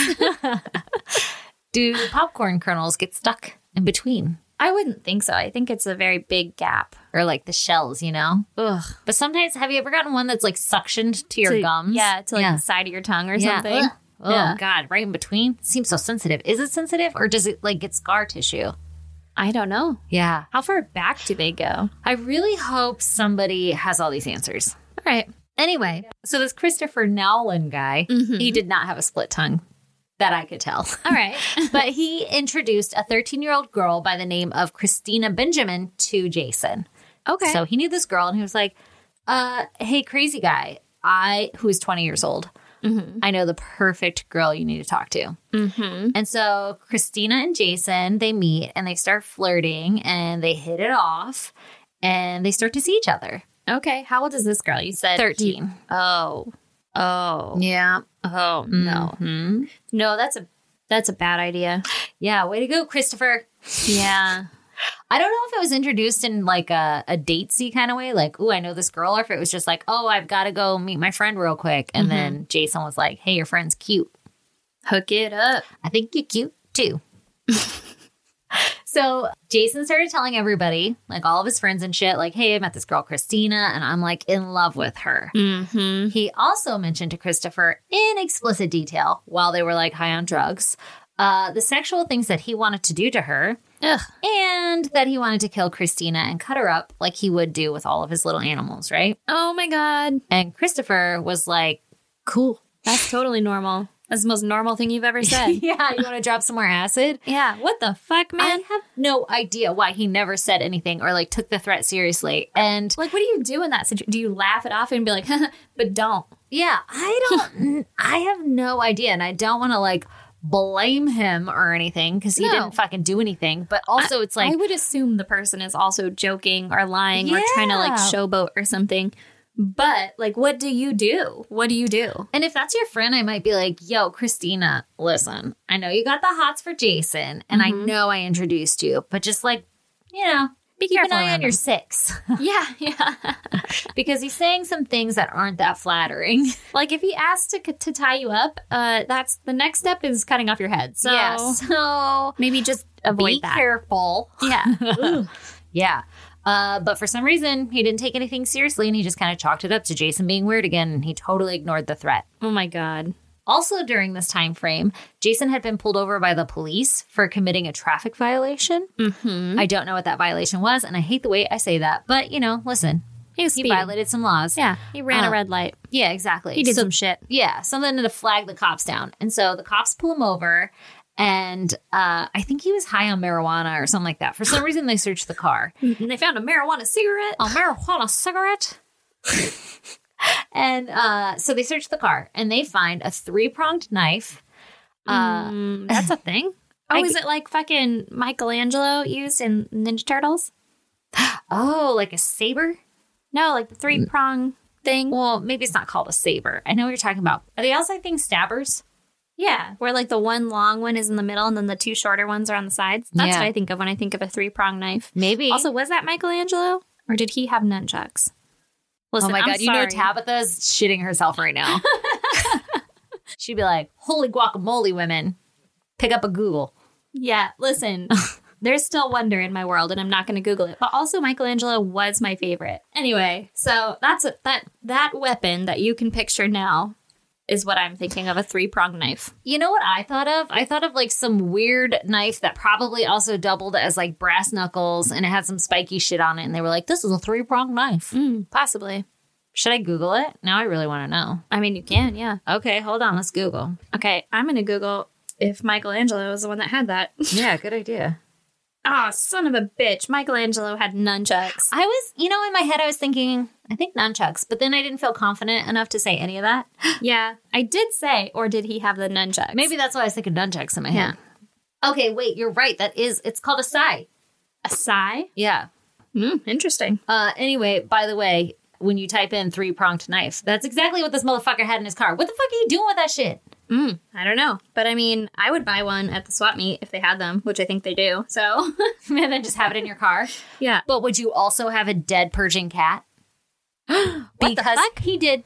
Speaker 2: do popcorn kernels get stuck in between
Speaker 1: I wouldn't think so. I think it's a very big gap.
Speaker 2: or like the shells? You know.
Speaker 1: Ugh.
Speaker 2: But sometimes, have you ever gotten one that's like suctioned to your
Speaker 1: To-
Speaker 2: gums?
Speaker 1: Yeah, to like
Speaker 2: Yeah.
Speaker 1: the side of your tongue or
Speaker 2: Yeah.
Speaker 1: something.
Speaker 2: Ugh. Oh
Speaker 1: Yeah.
Speaker 2: God! Right in between seems so sensitive. Is it sensitive, or does it like get scar tissue?
Speaker 1: I don't know.
Speaker 2: Yeah,
Speaker 1: How far back do they go? All
Speaker 2: I really hope somebody has all these answers.
Speaker 1: right.
Speaker 2: Anyway, so this Christopher Nowlin guy,
Speaker 1: Mhm.
Speaker 2: he did not have a split tongue that I could <laughs> tell.
Speaker 1: All right.
Speaker 2: but he introduced a 13 year old girl by the name of Christina Benjamin to Jason.
Speaker 1: <laughs> Okay.
Speaker 2: So he knew this girl and he was like, uh, hey, crazy guy, I, who is 20 years old,
Speaker 1: Mhm.
Speaker 2: I know the perfect girl you need to talk to.
Speaker 1: mm-hmm.
Speaker 2: And so Christina and Jason, they meet and they start flirting and they hit it off and they start to see each other.
Speaker 1: Okay. How old is this girl? You said
Speaker 2: 13.
Speaker 1: Oh. Oh.
Speaker 2: Yeah. Mm.
Speaker 1: Oh,
Speaker 2: No.
Speaker 1: no. No, that's a that's a bad idea.
Speaker 2: Yeah, way to go, Christopher.
Speaker 1: Yeah.
Speaker 2: I don't know if it was introduced in like a, a datesy kind of way, like, ooh, I know this girl, or if it was just like, oh, I've got to go meet my friend real quick. And then Jason was like, hey, your friend's cute.
Speaker 1: Hook it up.
Speaker 2: I think you're cute too. so Jason started telling everybody, like all of his friends and shit, like, hey, I met this girl, Christina, and I'm like in love with her.
Speaker 1: Mm-hmm.
Speaker 2: He also mentioned to Christopher in explicit detail while they were like high on drugs uh, the sexual things that he wanted to do to her
Speaker 1: Ugh.
Speaker 2: and that he wanted to kill Christina and cut her up like he would do with all of his little animals, right?
Speaker 1: Oh my god.
Speaker 2: And Christopher was like,
Speaker 1: <laughs>
Speaker 2: cool.
Speaker 1: That's totally normal. That's the most normal thing you've ever <laughs> said.
Speaker 2: <laughs> yeah, you want to drop some more acid?
Speaker 1: yeah. What the fuck, man?
Speaker 2: I have no idea why he never said anything or like took the threat seriously. And
Speaker 1: like, what do you do in that situation? Do you laugh it off and be like, <laughs> but don't?
Speaker 2: yeah, I
Speaker 1: <laughs>
Speaker 2: don't, I have no idea. And I don't want to like blame him or anything because he
Speaker 1: No.
Speaker 2: didn't fucking do anything. But also, it's like,
Speaker 1: I would assume the person is also joking or lying or trying to like
Speaker 2: Yeah.
Speaker 1: showboat or something. But like, what do you do? What do you do?
Speaker 2: And if that's your friend, I might be like, yo, Christina, listen,
Speaker 1: Mm-hmm.
Speaker 2: I know you got the hots for Jason, and I know I introduced you, but just like, you know,
Speaker 1: Be
Speaker 2: Keep
Speaker 1: careful.
Speaker 2: an eye on
Speaker 1: around
Speaker 2: your six <laughs>
Speaker 1: them. <laughs> yeah, yeah.
Speaker 2: because he's saying some things that aren't that flattering. <laughs>
Speaker 1: like if he asks to to tie you up, uh, that's the next step is cutting off your head. So
Speaker 2: Yeah, so
Speaker 1: maybe just avoid
Speaker 2: be
Speaker 1: that.
Speaker 2: careful.
Speaker 1: Yeah.
Speaker 2: Yeah. Uh, but for some reason, he didn't take anything seriously and he just kind of chalked it up to Jason being weird again and he totally ignored the threat.
Speaker 1: <laughs> Oh my god.
Speaker 2: Also during this time frame, Jason had been pulled over by the police for committing a traffic violation.
Speaker 1: Mm-hmm.
Speaker 2: I don't know what that violation was and I hate the way I say that, but you know, listen,
Speaker 1: He was
Speaker 2: he
Speaker 1: speeding.
Speaker 2: violated some laws.
Speaker 1: Yeah, he ran
Speaker 2: Uh,
Speaker 1: a red light.
Speaker 2: Yeah, exactly.
Speaker 1: He did
Speaker 2: So
Speaker 1: some shit.
Speaker 2: yeah, something to flag the cops down. And so the cops pull him over, and uh, I think he was high on marijuana or something like that. For some reason, they searched the car.
Speaker 1: And they found a marijuana cigarette.
Speaker 2: A Oh, marijuana cigarette? <laughs> and uh, so they search the car, and they find a three pronged knife. Uh,
Speaker 1: Mm, that's a thing. Oh,
Speaker 2: I-
Speaker 1: is it like fucking Michelangelo used in Ninja Turtles?
Speaker 2: Oh, like a saber?
Speaker 1: No, like the three prong thing.
Speaker 2: Well, maybe it's not called a saber. I know what you're talking about. Are they also, I think, stabbers?
Speaker 1: Yeah, where like the one long one is in the middle and then the two shorter ones are on the sides. That's
Speaker 2: Yeah.
Speaker 1: what I think of when I think of a three prong knife.
Speaker 2: Maybe.
Speaker 1: Also, was that Michelangelo or did he have nunchucks? Listen,
Speaker 2: oh my
Speaker 1: I'm
Speaker 2: god, you know
Speaker 1: sorry.
Speaker 2: Tabitha's shitting herself right <laughs> now. She'd be like, "Holy guacamole, women! Pick up a Google."
Speaker 1: Yeah, listen. There's still wonder in my world, and I'm not going to Google it. But also, Michelangelo was my favorite. Anyway, so that's a, that that weapon that you can picture now is what I'm thinking of a three prong knife.
Speaker 2: You know what I thought of? I thought of like some weird knife that probably also doubled as like brass knuckles, and it had some spiky shit on it. And they were like, "This is a three pronged knife."
Speaker 1: possibly.
Speaker 2: Should I Google it? Now I really want to know.
Speaker 1: I mean, you can. Yeah.
Speaker 2: Okay, hold on. Let's Google.
Speaker 1: Okay, I'm going to Google if Michelangelo was the one that had that. <laughs>
Speaker 2: Yeah, good idea.
Speaker 1: Ah, son of a bitch! Michelangelo had
Speaker 2: <laughs>
Speaker 1: nunchucks.
Speaker 2: I was, you know, in my head, I was thinking, I think nunchucks, but then I didn't feel confident enough to say any of that.
Speaker 1: yeah, I did say, or did he have the nunchucks?
Speaker 2: Maybe that's why I was thinking nunchucks in my head. Okay, wait, you're right. That is, it's called a sai.
Speaker 1: a sigh.
Speaker 2: Yeah.
Speaker 1: Mm, interesting.
Speaker 2: Uh, anyway, by the way, when you type in three pronged knife, that's exactly what this motherfucker had in his car. What the fuck are you doing with that shit? <laughs>
Speaker 1: Mm, I don't know. But I mean, I would buy one at the swap meet if they had them, which I think they do. So, <laughs>
Speaker 2: and then just have it in your car.
Speaker 1: yeah.
Speaker 2: But would you also have a dead Persian <gasps> cat?
Speaker 1: the fuck?
Speaker 2: he did.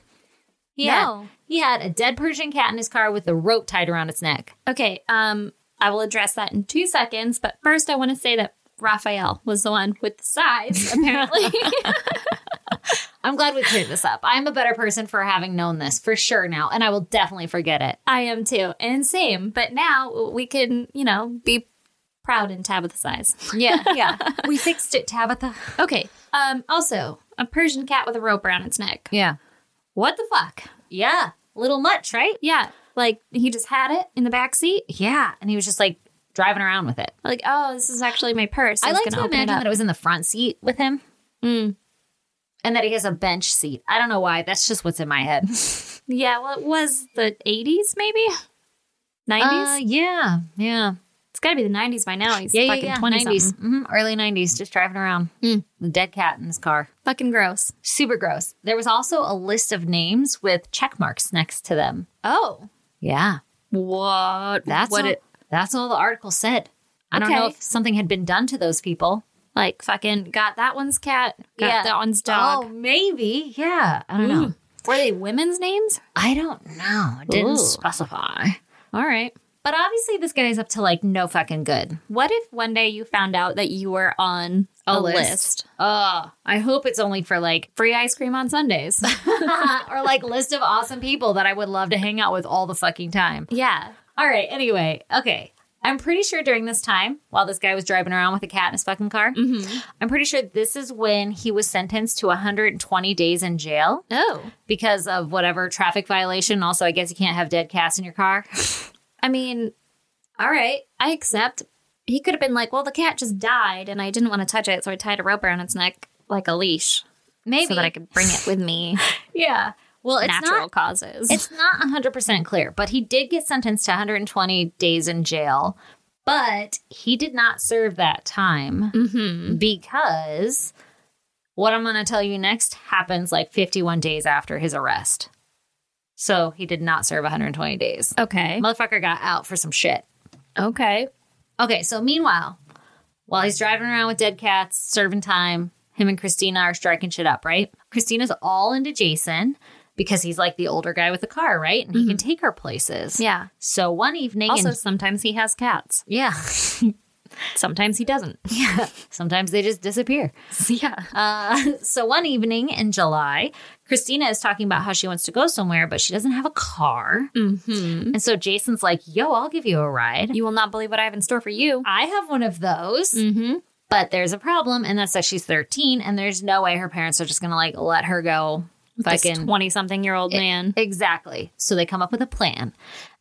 Speaker 2: Yeah.
Speaker 1: No.
Speaker 2: He had a dead Persian cat in his car with a rope tied around its neck.
Speaker 1: Okay. Um, I will address that in two seconds. But first, I want to say that Raphael was the one with the <laughs> size, apparently.
Speaker 2: I'm glad we cleared this up. I'm a better person for having known this for sure now, and I will definitely forget it.
Speaker 1: I am too. And same. But now we can, you know, be proud in Tabitha's size.
Speaker 2: <laughs> Yeah, yeah. we fixed it, Tabitha.
Speaker 1: <laughs> Okay. Um, also, a Persian cat with a rope around its neck.
Speaker 2: Yeah.
Speaker 1: What the fuck?
Speaker 2: Yeah. Little much, right?
Speaker 1: Yeah. Like, he just had it in the back seat.
Speaker 2: Yeah. And he was just like driving around with it.
Speaker 1: Like, oh, this is actually my purse.
Speaker 2: I
Speaker 1: was
Speaker 2: like
Speaker 1: gonna
Speaker 2: to
Speaker 1: open
Speaker 2: imagine
Speaker 1: up. Mm.
Speaker 2: that it was in the front seat with him and that he has a bench seat. I don't know why. That's just what's in my <laughs> head.
Speaker 1: Yeah, well, it was the 80s, maybe? 90s?
Speaker 2: Uh, yeah. Yeah.
Speaker 1: it's got to be the 90s by now. He's
Speaker 2: Yeah.
Speaker 1: fucking
Speaker 2: yeah.
Speaker 1: 20
Speaker 2: 90s.
Speaker 1: something.
Speaker 2: hmm Early 90s, just driving around. The dead cat in his car.
Speaker 1: Fucking gross.
Speaker 2: Super gross. There was also a list of names with check marks next to them.
Speaker 1: Oh.
Speaker 2: Yeah.
Speaker 1: What?
Speaker 2: That's
Speaker 1: what
Speaker 2: all,
Speaker 1: it
Speaker 2: that's all the article said. I don't know
Speaker 1: Okay.
Speaker 2: if something had been done to those people.
Speaker 1: like fucking got that one's cat, got
Speaker 2: Yeah.
Speaker 1: that one's dog.
Speaker 2: Oh, maybe. Yeah. I don't know.
Speaker 1: Ooh. Were they women's names?
Speaker 2: I don't know. It didn't
Speaker 1: Ooh.
Speaker 2: specify.
Speaker 1: All right.
Speaker 2: But obviously, this guy's up to like no fucking good.
Speaker 1: What if one day you found out that you were on a, list.
Speaker 2: Oh, I hope it's only for like,
Speaker 1: Free ice cream <laughs> on Sundays.
Speaker 2: <laughs> or like list of awesome people that I would love to hang out with all the fucking time.
Speaker 1: yeah.
Speaker 2: All right. Anyway, okay. I'm pretty sure during this time, while this guy was driving around with a cat in his fucking car,
Speaker 1: Mm-hmm.
Speaker 2: I'm pretty sure this is when he was sentenced to 120 days in jail
Speaker 1: Oh.
Speaker 2: because of whatever traffic violation. Also, I guess you can't have dead cats in your car. <laughs>
Speaker 1: I mean, all right, I accept. He could have been like, well, the cat just died and I didn't want to touch it, so I tied a rope around its neck like a leash
Speaker 2: Maybe.
Speaker 1: so that I could bring it with <laughs> me.
Speaker 2: yeah. Well, it's
Speaker 1: natural
Speaker 2: not
Speaker 1: causes.
Speaker 2: It's not 100% clear, but he did get sentenced to 120 days in jail. But he did not serve that time
Speaker 1: Mm-hmm.
Speaker 2: because what I'm going to tell you next happens like 51 days after his arrest. So he did not serve 120 days.
Speaker 1: okay.
Speaker 2: Motherfucker got out for some shit.
Speaker 1: Okay.
Speaker 2: Okay, so meanwhile, while he's driving around with dead cats, serving time, him and Christina are striking shit up, right? Christina's all into Jason because he's like the older guy with the car, right? And he can take her places.
Speaker 1: Mm-hmm. Yeah.
Speaker 2: So one evening,
Speaker 1: Also,
Speaker 2: and-
Speaker 1: sometimes he has cats.
Speaker 2: yeah, <laughs>
Speaker 1: Sometimes he <laughs> doesn't.
Speaker 2: yeah. Sometimes they just disappear.
Speaker 1: yeah.
Speaker 2: Uh, <laughs> so one evening in July, Christina is talking about how she wants to go somewhere, but she doesn't have a car.
Speaker 1: Mm-hmm.
Speaker 2: And so Jason's like, yo, I'll give you a ride.
Speaker 1: You will not believe what I have in store for you.
Speaker 2: I have one of those,
Speaker 1: Mm-hmm.
Speaker 2: but there's a problem, and that's that she's 13, and there's no way her parents are just gonna like let her go fucking.
Speaker 1: twenty-something year old man.
Speaker 2: Exactly. So they come up with a plan.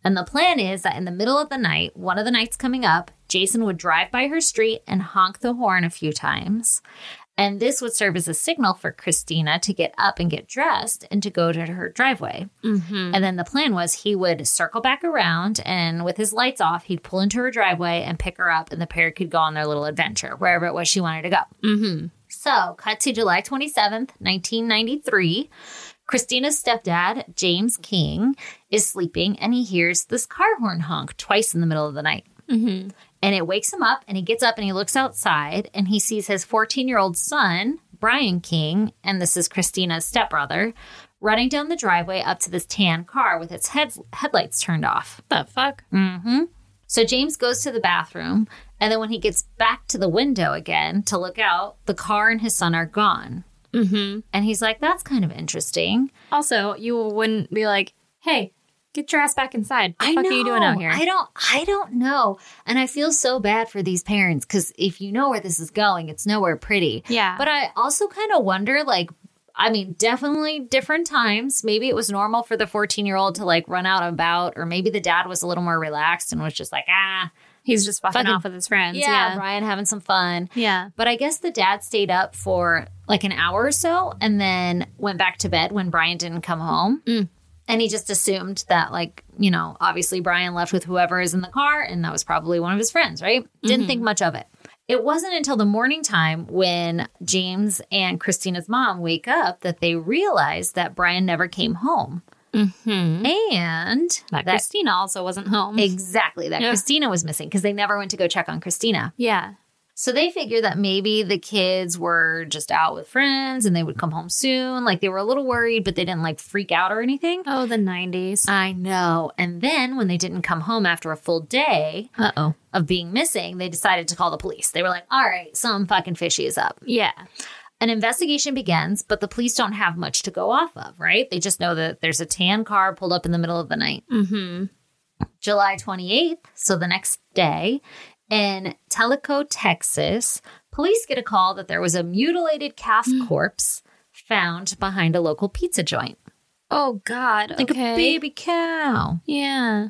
Speaker 2: And the plan is that in the middle of the night, one of the nights coming up, Jason would drive by her street and honk the horn a few times. And this would serve as a signal for Christina to get up and get dressed and to go to her driveway.
Speaker 1: mm-hmm.
Speaker 2: And then the plan was he would circle back around and with his lights off, he'd pull into her driveway and pick her up, and the pair could go on their little adventure, wherever it was she wanted to go.
Speaker 1: Mm-hmm.
Speaker 2: So, cut to July 27th, 1993. Christina's stepdad, James King, is sleeping and he hears this car horn honk twice in the middle of the night.
Speaker 1: Mm-hmm.
Speaker 2: And it wakes him up and he gets up and he looks outside and he sees his 14 year old son, Brian King, and this is Christina's stepbrother, running down the driveway up to this tan car with its heads, headlights turned off.
Speaker 1: The fuck.
Speaker 2: Mm-hmm. So James goes to the bathroom, and then when he gets back to the window again to look out, the car and his son are gone.
Speaker 1: Mm-hmm.
Speaker 2: And he's like, that's kind of interesting.
Speaker 1: Also, you wouldn't be like, "Hey, get your ass back inside." What the fuck are you doing out here?
Speaker 2: I don't I don't know. And I feel so bad for these parents because if you know where this is going, it's nowhere pretty.
Speaker 1: yeah,
Speaker 2: But I also kind of wonder, like, I mean, definitely different times. Maybe it was normal for the 14 year old to like run out and about, or maybe the dad was a little more relaxed and was just like, ah,
Speaker 1: he's just fucking,
Speaker 2: Fucking-
Speaker 1: off with his friends.
Speaker 2: yeah,
Speaker 1: Yeah,
Speaker 2: Brian having some fun.
Speaker 1: yeah.
Speaker 2: But I guess the dad stayed up for like an hour or so and then went back to bed when Brian didn't come home.
Speaker 1: Mm.
Speaker 2: And he just assumed that, like, you know, obviously Brian left with whoever is in the car and that was probably one of his friends, right?
Speaker 1: Mm-hmm.
Speaker 2: Didn't think much of it. It wasn't until the morning time when James and Christina's mom wake up that they realized that Brian never came home.
Speaker 1: Mm-hmm.
Speaker 2: And
Speaker 1: That,
Speaker 2: Hmm. that
Speaker 1: Christina also wasn't home.
Speaker 2: exactly that
Speaker 1: Yeah.
Speaker 2: Christina was missing because they never went to go check on Christina.
Speaker 1: yeah.
Speaker 2: So they figured that maybe the kids were just out with friends and they would come home soon. Like they were a little worried, but they didn't like freak out or anything.
Speaker 1: Oh, the nineties.
Speaker 2: I know. And then when they didn't come home after a full day
Speaker 1: Uh oh.
Speaker 2: of being missing, they decided to call the police. They were like, all right, some fucking fishy is up.
Speaker 1: Yeah.
Speaker 2: An investigation begins, but the police don't have much to go off of, right? They just know that there's a tan car pulled up in the middle of the night.
Speaker 1: Mm-hmm.
Speaker 2: July 28th, so the next day, in Teleco, Texas, police get a call that there was a mutilated calf corpse found behind a local pizza joint.
Speaker 1: Oh God.
Speaker 2: Like a baby cow.
Speaker 1: Yeah.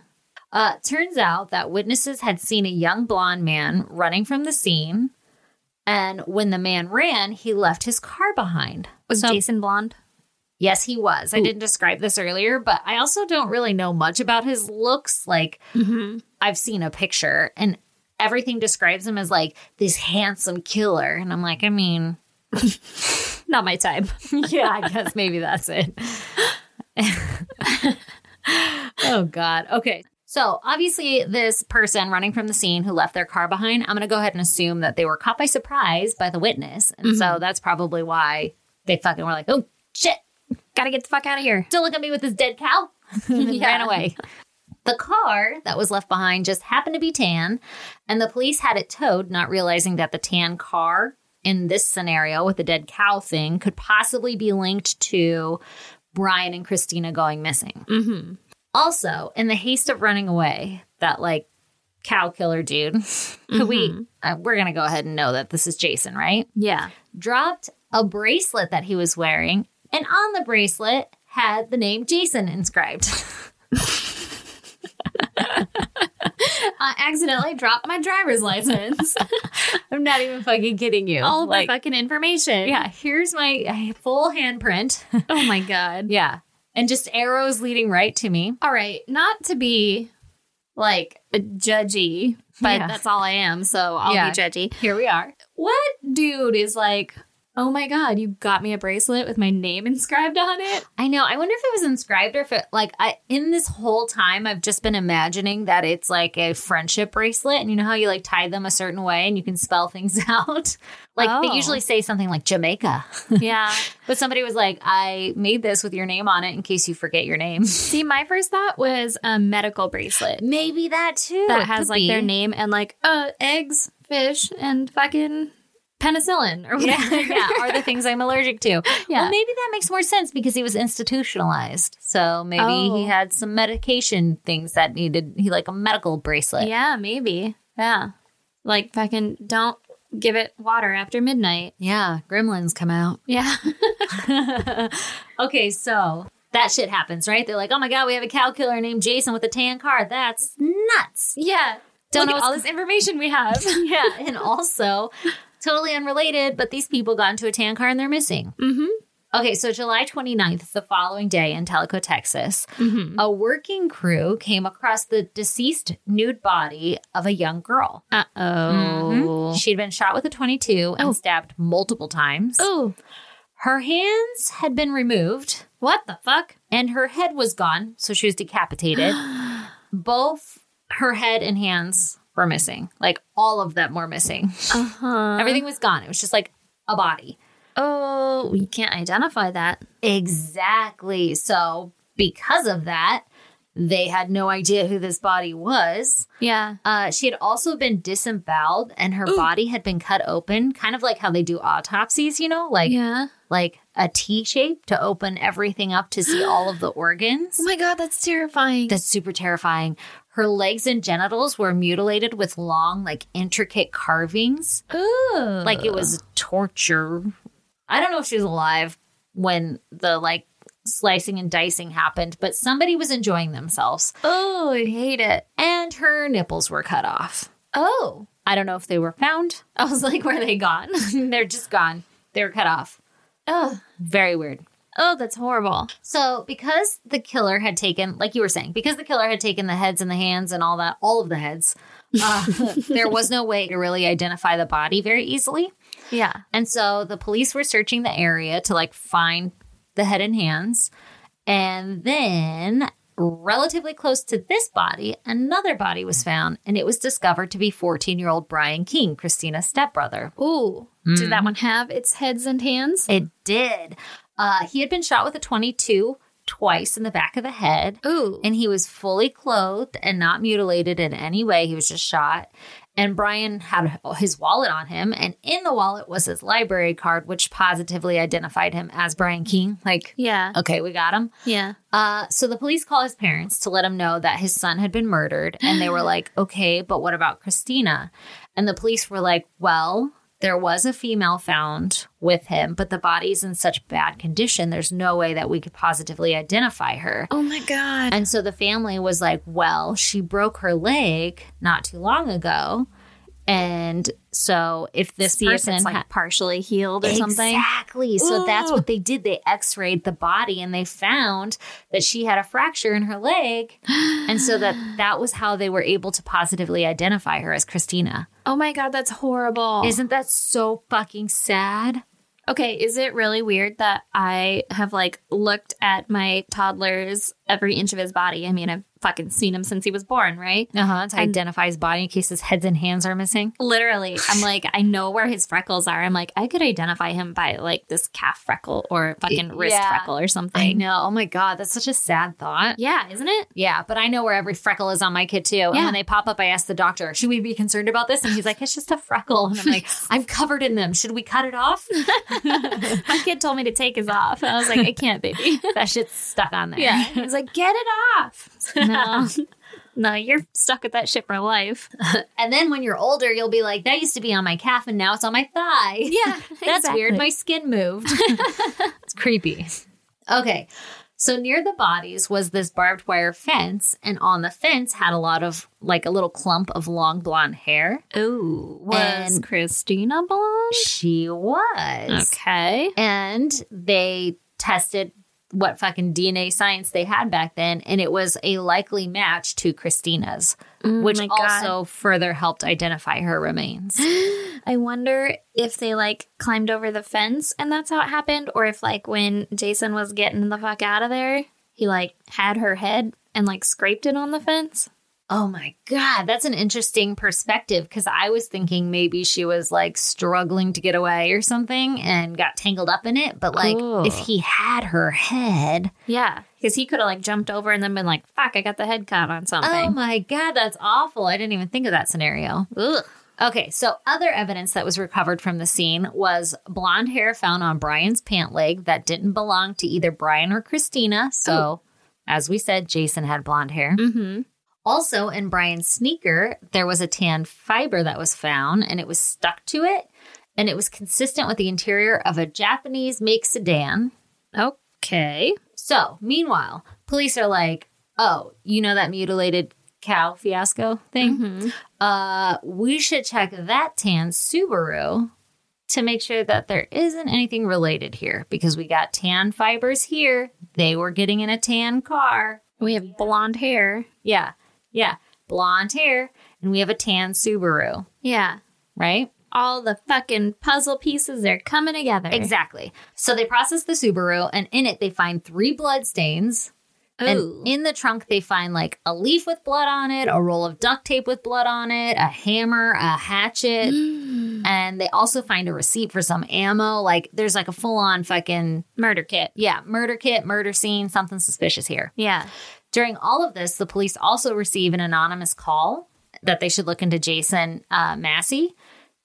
Speaker 2: Uh, turns out that witnesses had seen a young blonde man running from the scene. And when the man ran, he left his car behind.
Speaker 1: Was
Speaker 2: So-
Speaker 1: Jason blonde?
Speaker 2: Yes, he was. I didn't describe this earlier, but I also don't really know much about his looks. Like,
Speaker 1: Mm-hmm.
Speaker 2: I've seen a picture and everything describes him as like this handsome killer. And I'm like, I mean, <laughs>
Speaker 1: Not my type.
Speaker 2: yeah, I guess maybe that's it. <laughs> oh, God. Okay. So obviously, this person running from the scene who left their car behind, I'm going to go ahead and assume that they were caught by surprise by the witness. And so that's probably why they fucking were like, oh, shit.
Speaker 1: Gotta get the fuck out of here.
Speaker 2: Don't look at me with this dead cow. <laughs> and then
Speaker 1: Yeah.
Speaker 2: ran away. The car that was left behind just happened to be tan, and the police had it towed, not realizing that the tan car in this scenario with the dead cow thing could possibly be linked to Brian and Christina going missing.
Speaker 1: Mm-hmm.
Speaker 2: Also, in the haste of running away, that like cow killer dude, <laughs> who
Speaker 1: Mm-hmm.
Speaker 2: we uh, we're gonna go ahead and know that this is Jason, right?
Speaker 1: Yeah.
Speaker 2: dropped a bracelet that he was wearing, and on the bracelet had the name Jason inscribed.
Speaker 1: I accidentally dropped my driver's license.
Speaker 2: I'm <laughs> not even fucking kidding you.
Speaker 1: All
Speaker 2: All
Speaker 1: of
Speaker 2: like,
Speaker 1: my fucking information.
Speaker 2: yeah, here's my full handprint. <laughs>
Speaker 1: Oh my god.
Speaker 2: yeah, and just arrows leading right to me.
Speaker 1: All right, not to be like judgy, but
Speaker 2: Yeah.
Speaker 1: that's all I am, so I'll
Speaker 2: Yeah.
Speaker 1: be judgy.
Speaker 2: Here we are.
Speaker 1: What dude is like, oh my God, you got me a bracelet with my name inscribed on it.
Speaker 2: I know. I wonder if it was inscribed or if it, like, I, in this whole time, I've just been imagining that it's like a friendship bracelet. And you know how you like tie them a certain way and you can spell things <laughs> out? Like,
Speaker 1: Oh.
Speaker 2: they usually say something like Jamaica. <laughs>
Speaker 1: Yeah.
Speaker 2: But somebody was like, I made this with your name on it in case you forget your name. <laughs>
Speaker 1: See, my first thought was a medical bracelet
Speaker 2: Maybe that too.
Speaker 1: that
Speaker 2: It
Speaker 1: has
Speaker 2: could
Speaker 1: like their
Speaker 2: be.
Speaker 1: name and like uh, eggs, fish, and fucking penicillin or
Speaker 2: Yeah,
Speaker 1: whatever. <laughs>
Speaker 2: yeah, <laughs> are the things I'm allergic <laughs> to.
Speaker 1: Yeah.
Speaker 2: Well, maybe that makes more sense because he was institutionalized. So maybe
Speaker 1: Oh.
Speaker 2: he had some medication things that needed, he like a medical bracelet.
Speaker 1: Yeah, maybe. Yeah. Like fucking don't give it water after midnight.
Speaker 2: Yeah, gremlins come out.
Speaker 1: Yeah.
Speaker 2: okay, so that shit happens, right? They're like, oh my God, we have a cow killer named Jason with a tan car. That's nuts.
Speaker 1: Yeah. Don't
Speaker 2: Don't know
Speaker 1: know
Speaker 2: what's
Speaker 1: all this information we <laughs> have.
Speaker 2: Yeah. and also, totally unrelated, but these people got into a tan car and they're missing.
Speaker 1: mm-hmm.
Speaker 2: Okay, so July 29th, the following day in Tellico, Texas,
Speaker 1: Mm-hmm.
Speaker 2: a working crew came across the deceased nude body of a young girl.
Speaker 1: Uh oh.
Speaker 2: She'd been shot with a 22 and
Speaker 1: Oh.
Speaker 2: stabbed multiple times.
Speaker 1: Oh,
Speaker 2: Her hands had been removed.
Speaker 1: what the fuck?
Speaker 2: and her head was gone, so she
Speaker 1: <gasps>
Speaker 2: was decapitated. Both her head and hands were missing. Like all of them were missing.
Speaker 1: Uh huh.
Speaker 2: Everything was gone. It was just like a body.
Speaker 1: Oh, we can't identify that.
Speaker 2: Exactly. So, because of that, they had no idea who this body was.
Speaker 1: Yeah.
Speaker 2: Uh, she had also been disemboweled, and her body had been cut open, kind of like how they do autopsies. You know, like
Speaker 1: Yeah.
Speaker 2: like a T shape to open everything up to see all of the organs.
Speaker 1: Oh my god, that's terrifying.
Speaker 2: That's super terrifying. Her legs and genitals were mutilated with long, like intricate carvings.
Speaker 1: Ooh.
Speaker 2: Like it was torture. I don't know if she was alive when the like slicing and dicing happened, but somebody was enjoying themselves.
Speaker 1: Oh, I hate it.
Speaker 2: And her nipples were cut off.
Speaker 1: Oh.
Speaker 2: I don't know if they were found. <laughs> I was like, were they gone? <laughs> They're just gone. They were cut off.
Speaker 1: Oh.
Speaker 2: Very weird.
Speaker 1: Oh, that's horrible.
Speaker 2: So, because the killer had taken, like you were saying, because the killer had taken the heads and the hands and all that, all of the heads, uh, <laughs> there was no way to really identify the body very easily.
Speaker 1: Yeah.
Speaker 2: And so the police were searching the area to like find the head and hands. And then, relatively close to this body, another body was found, and it was discovered to be 14 year old Brian King, Christina's stepbrother.
Speaker 1: Ooh. Did that one have its heads and hands?
Speaker 2: It did. Uh, he had been shot with a 22 twice in the back of the head.
Speaker 1: Ooh.
Speaker 2: and he was fully clothed and not mutilated in any way. He was just shot. And Brian had his wallet on him, and in the wallet was his library card, which positively identified him as Brian King. Like,
Speaker 1: yeah.
Speaker 2: okay, we got him.
Speaker 1: Yeah.
Speaker 2: Uh, so the police call his parents to let him know that his son had been murdered, and they were like, okay, but what about Christina? And the police were like, well, there was a female found with him, but the body's in such bad condition. There's no way that we could positively identify her.
Speaker 1: Oh my god.
Speaker 2: And so the family was like, well, she broke her leg not too long ago. And so if this
Speaker 1: See if
Speaker 2: person
Speaker 1: it's like
Speaker 2: ha-
Speaker 1: partially healed or something.
Speaker 2: Exactly. So that's what they did. They x-rayed the body and they found that she had a fracture in her leg. and so <gasps> that that was how they were able to positively identify her as Christina.
Speaker 1: Oh my god, that's horrible.
Speaker 2: Isn't that so fucking sad?
Speaker 1: Okay, is it really weird that I have like looked at my toddler's every inch of his body? I mean, I've fucking seen him since he was born, right?
Speaker 2: Uh-huh. To identify his body in case his heads and hands are missing.
Speaker 1: <laughs> Literally, I'm like, I know where his freckles are. I'm like, I could identify him by like this calf freckle or fucking wrist
Speaker 2: Yeah.
Speaker 1: freckle or something.
Speaker 2: I know. Oh my God. That's such a sad thought.
Speaker 1: Yeah, isn't <laughs> it?
Speaker 2: Yeah, but I know where every freckle is on my kid too. And
Speaker 1: Yeah.
Speaker 2: when they pop up, I ask the doctor, "Should we be concerned about this?" And he's like, "It's just a freckle." And I'm
Speaker 1: <laughs>
Speaker 2: like, "I'm covered in them. Should we cut it off?"
Speaker 1: My kid told me to take his off. I was like, I can't, baby.
Speaker 2: <laughs> that shit's stuck on there. <laughs>
Speaker 1: Yeah. He's like, get it off. No. <laughs> No, you're stuck with that shit for life.
Speaker 2: And then when you're older, you'll be like, "That used to be on my calf, and now it's on my thigh."
Speaker 1: <laughs> <laughs> Yeah.
Speaker 2: That's weird. My
Speaker 1: <laughs>
Speaker 2: skin moved. <laughs> it's creepy. Okay. So near the bodies was this barbed wire fence, and on the fence had a lot of like a little clump of long blonde hair.
Speaker 1: Ooh, was
Speaker 2: And-
Speaker 1: Christina blonde?
Speaker 2: She was.
Speaker 1: Okay.
Speaker 2: and they tested what fucking DNA science they had back then, and it was a likely match to Christina's, which
Speaker 1: Oh my God.
Speaker 2: also further helped identify her remains.
Speaker 1: I wonder if they like climbed over the fence and that's how it happened, or if like when Jason was getting the fuck out of there, he like had her head and like scraped it on the fence.
Speaker 2: Oh my God, that's an interesting perspective because I was thinking maybe she was like struggling to get away or something and got tangled up in it. But like,
Speaker 1: Ooh.
Speaker 2: if he had her head,
Speaker 1: Yeah, because he could have like jumped over and then been like, "Fuck, I got the head caught on
Speaker 2: oh
Speaker 1: something."
Speaker 2: my God, that's awful. I didn't even think of that scenario.
Speaker 1: Ugh.
Speaker 2: Okay, so other evidence that was recovered from the scene was blonde hair found on Brian's pant leg that didn't belong to either Brian or Christina. So, as we said, Jason had blonde hair.
Speaker 1: Mm-hmm.
Speaker 2: Also, in Brian's sneaker, there was a tan fiber that was found and it was stuck to it. And it was consistent with the interior of a Japanese make sedan.
Speaker 1: Okay.
Speaker 2: So, meanwhile, police are like, oh, you know that mutilated cow fiasco thing?
Speaker 1: Mm-hmm.
Speaker 2: Uh, we should check that tan Subaru to make sure that there isn't anything related here because we got tan fibers here. They were getting in a tan car.
Speaker 1: We have blonde hair.
Speaker 2: Yeah. Yeah. Blonde hair. And we have a tan Subaru,
Speaker 1: Yeah.
Speaker 2: right?
Speaker 1: All the fucking puzzle pieces are coming together.
Speaker 2: Exactly. So they process the Subaru, and in it, they find three blood stains.
Speaker 1: Ooh.
Speaker 2: And in the trunk, they find like a leaf with blood on it, a roll of duct tape with blood on it, a hammer, a hatchet. And they also find a receipt for some ammo. Like there's like a full on fucking,
Speaker 1: Murder kit.
Speaker 2: yeah, murder kit, murder scene, something suspicious here.
Speaker 1: Yeah.
Speaker 2: During all of this, the police also receive an anonymous call that they should look into Jason uh, Massey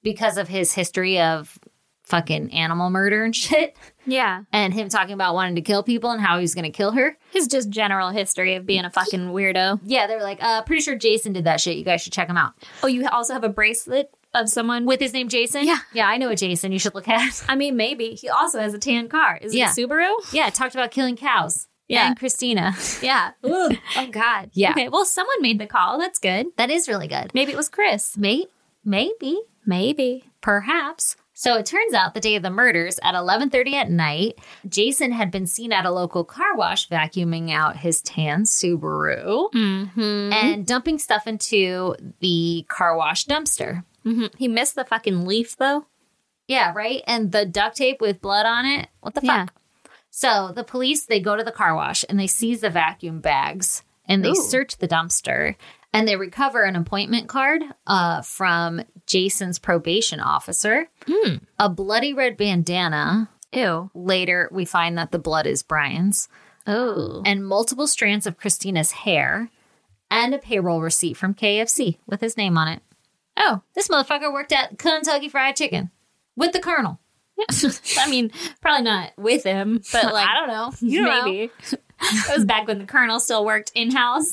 Speaker 2: because of his history of fucking animal murder and <laughs> shit,
Speaker 1: Yeah.
Speaker 2: and him talking about wanting to kill people and how he was going to kill her.
Speaker 1: His just general history of being a fucking weirdo.
Speaker 2: Yeah, they were like, uh, pretty sure Jason did that shit. You guys should check him out.
Speaker 1: Oh, you also have a bracelet of someone with.
Speaker 2: With his name Jason?
Speaker 1: Yeah.
Speaker 2: Yeah, I know a Jason you should look at. <laughs>
Speaker 1: I mean, maybe he also has a tan car. Is
Speaker 2: Yeah.
Speaker 1: it a Subaru?
Speaker 2: yeah, talked about killing cows.
Speaker 1: Yeah.
Speaker 2: And Christina.
Speaker 1: <laughs> <laughs> Yeah. Oh God.
Speaker 2: Yeah.
Speaker 1: Okay. Well, someone made the call. That's good.
Speaker 2: That is really good.
Speaker 1: Maybe it was Chris.
Speaker 2: Mate, maybe.
Speaker 1: Maybe.
Speaker 2: Perhaps. So it turns out the day of the murders at 11:30 at night, Jason had been seen at a local car wash vacuuming out his tan Subaru
Speaker 1: Mm-hmm.
Speaker 2: and dumping stuff into the car wash dumpster.
Speaker 1: He missed the fucking leaf though.
Speaker 2: Yeah, right? And the duct tape with blood on it. What the fuck?
Speaker 1: Yeah.
Speaker 2: So the police they go to the car wash and they seize the vacuum bags and they
Speaker 1: Ooh.
Speaker 2: search the dumpster and they recover an appointment card uh, from Jason's probation officer, a bloody red bandana.
Speaker 1: Hmm. Ew.
Speaker 2: Later, we find that the blood is Brian's
Speaker 1: Oh.
Speaker 2: and multiple strands of Christina's hair and a payroll receipt from KFC with his name on it.
Speaker 1: Oh.
Speaker 2: This motherfucker worked at Kentucky Fried Chicken with the Colonel.
Speaker 1: <laughs> I mean, probably not with him, but <laughs> like
Speaker 2: I don't know.
Speaker 1: you
Speaker 2: know.
Speaker 1: maybe. it was back when the colonel still worked in <laughs> house.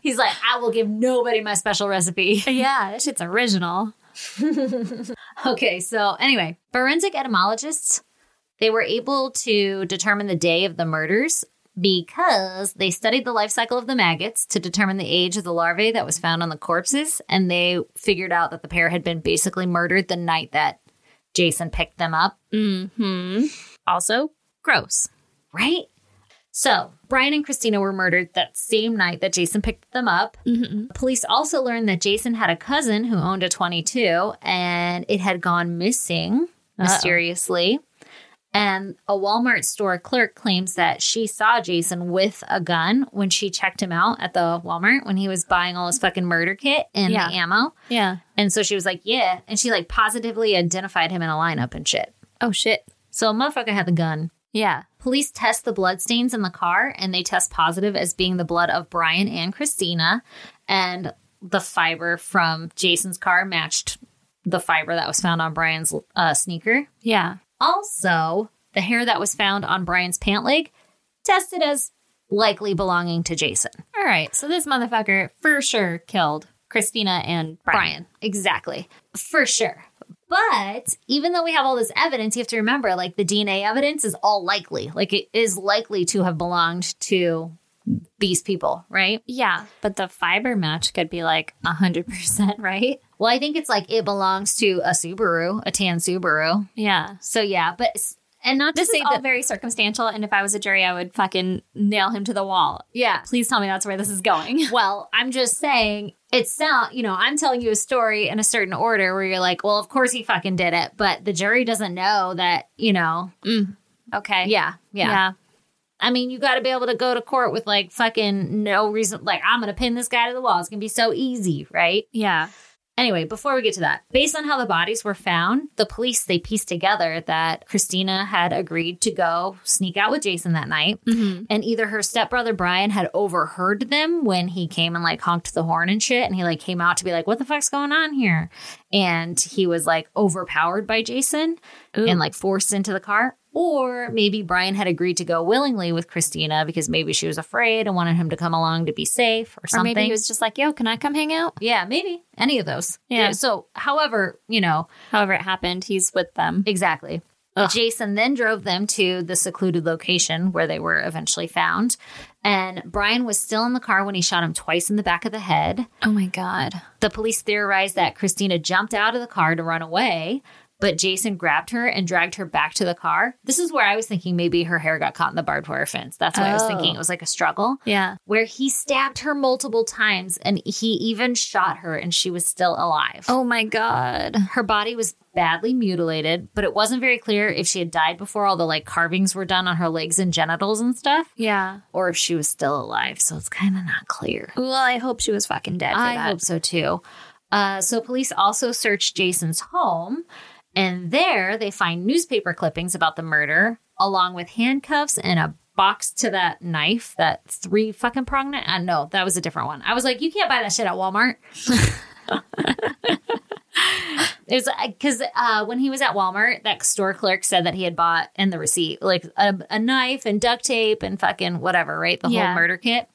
Speaker 2: He's like, I will give nobody my special recipe.
Speaker 1: yeah, that shit's <laughs> original.
Speaker 2: okay, so anyway, forensic etymologists they were able to determine the day of the murders because they studied the life cycle of the maggots to determine the age of the larvae that was found on the corpses and they figured out that the pair had been basically murdered the night that Jason picked them up
Speaker 1: Hmm. Also, gross.
Speaker 2: right? So, Brian and Christina were murdered that same night that Jason picked them up. Police also learned that Jason had a cousin who owned a 22 and it had gone missing mysteriously. And a Walmart store clerk claims that she saw Jason with a gun when she checked him out at the Walmart when he was buying all his fucking murder kit and
Speaker 1: Yeah.
Speaker 2: the ammo.
Speaker 1: Yeah.
Speaker 2: And so she was like, "Yeah," and she like positively identified him in a lineup and shit.
Speaker 1: Oh shit.
Speaker 2: So a motherfucker had the gun.
Speaker 1: Yeah.
Speaker 2: Police test the bloodstains in the car and they test positive as being the blood of Brian and Christina. And the fiber from Jason's car matched the fiber that was found on Brian's uh, sneaker.
Speaker 1: Yeah.
Speaker 2: Also, the hair that was found on Brian's pant leg tested as likely belonging to Jason.
Speaker 1: All right. So this motherfucker for sure killed Christina and Brian.
Speaker 2: Brian. Exactly. For sure. But even though we have all this evidence, you have to remember like the DNA evidence is all likely. Like it is likely to have belonged to these people, right?
Speaker 1: Yeah, but the fiber match could be like 100%, right?
Speaker 2: Well, I think it's like it belongs to a Subaru, a tan Subaru.
Speaker 1: Yeah.
Speaker 2: So yeah, but s- and not to
Speaker 1: This
Speaker 2: say
Speaker 1: is all
Speaker 2: that.
Speaker 1: very circumstantial, and if I was a jury, I would fucking nail him to the wall.
Speaker 2: yeah.
Speaker 1: Please tell me that's where this is going. <laughs>
Speaker 2: Well, I'm just saying it sound you know, I'm telling you a story in a certain order where you're like, well, of course he fucking did it, but the jury doesn't know that, you know.
Speaker 1: Okay.
Speaker 2: Yeah. Yeah. I mean, you got to be able to go to court with like fucking no reason like I'm going to pin this guy to the wall. It's going to be so easy, right?
Speaker 1: Yeah.
Speaker 2: Anyway, before we get to that, based on how the bodies were found, the police they pieced together that Christina had agreed to go sneak out with Jason that night,
Speaker 1: Mhm.
Speaker 2: and either her stepbrother Brian had overheard them when he came and like honked the horn and shit, and he like came out to be like, "What the fuck's going on here?" and he was like overpowered by Jason
Speaker 1: Ooh.
Speaker 2: and like forced into the car. Or maybe Brian had agreed to go willingly with Christina because maybe she was afraid and wanted him to come along to be safe or
Speaker 1: Or
Speaker 2: something.
Speaker 1: maybe he was just like, yo, can I come hang out?
Speaker 2: Yeah, maybe any of those.
Speaker 1: Yeah.
Speaker 2: So, however, you know,
Speaker 1: However, it happened, he's with them.
Speaker 2: exactly.
Speaker 1: Ugh.
Speaker 2: Jason then drove them to the secluded location where they were eventually found. And Brian was still in the car when he shot him twice in the back of the head.
Speaker 1: Oh my God.
Speaker 2: The police theorized that Christina jumped out of the car to run away, but Jason grabbed her and dragged her back to the car. This is where I was thinking maybe her hair got caught in the barbed wire fence. That's what I was
Speaker 1: Oh.
Speaker 2: thinking. It was like a struggle.
Speaker 1: Yeah.
Speaker 2: Where he stabbed her multiple times and he even shot her and she was still alive.
Speaker 1: Oh my God.
Speaker 2: Her body was badly mutilated, but it wasn't very clear if she had died before all the like carvings were done on her legs and genitals and stuff,
Speaker 1: Yeah.
Speaker 2: or if she was still alive. So it's kind of not clear.
Speaker 1: Well, I hope she was fucking dead for
Speaker 2: I
Speaker 1: that.
Speaker 2: hope so too. Uh, so police also searched Jason's home, and there they find newspaper clippings about the murder, along with handcuffs and a box to that knife, that three fucking prong knife. Uh, no, that was a different one. I was like, you can't buy that shit at Walmart. <laughs> It was because uh, when he was at Walmart, that store clerk said that he had bought in the receipt like a, a knife and duct tape and fucking whatever, right? The
Speaker 1: Yeah.
Speaker 2: whole murder kit.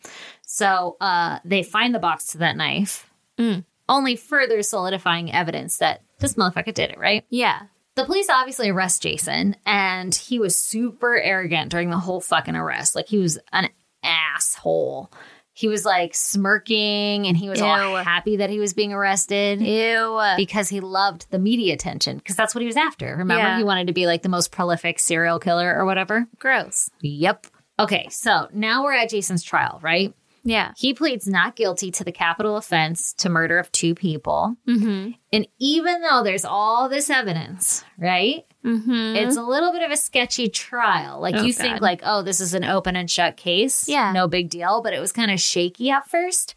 Speaker 2: So uh, they find the box to that knife,
Speaker 1: Mm.
Speaker 2: only further solidifying evidence that this motherfucker did it, right?
Speaker 1: Yeah.
Speaker 2: The police obviously arrest Jason, and he was super arrogant during the whole fucking arrest. Like he was an asshole. He was like smirking, and he was all
Speaker 1: Ew.
Speaker 2: happy that he was being arrested
Speaker 1: Ew.
Speaker 2: because he loved the media attention because that's what he was after. Remember,
Speaker 1: Yeah.
Speaker 2: he wanted to be like the most prolific serial killer or whatever.
Speaker 1: Gross.
Speaker 2: Yep. Okay, so now we're at Jason's trial, right?
Speaker 1: Yeah.
Speaker 2: He pleads not guilty to the capital offense to murder of two people.
Speaker 1: Mm
Speaker 2: And even though there's all this evidence, right?
Speaker 1: hmm. Mm hmm. <gasps>
Speaker 2: It's a little bit of a sketchy trial. Like
Speaker 1: Oh,
Speaker 2: you
Speaker 1: God.
Speaker 2: think like, oh, this is an open and shut case.
Speaker 1: Yeah.
Speaker 2: No big deal, but it was kind of shaky at first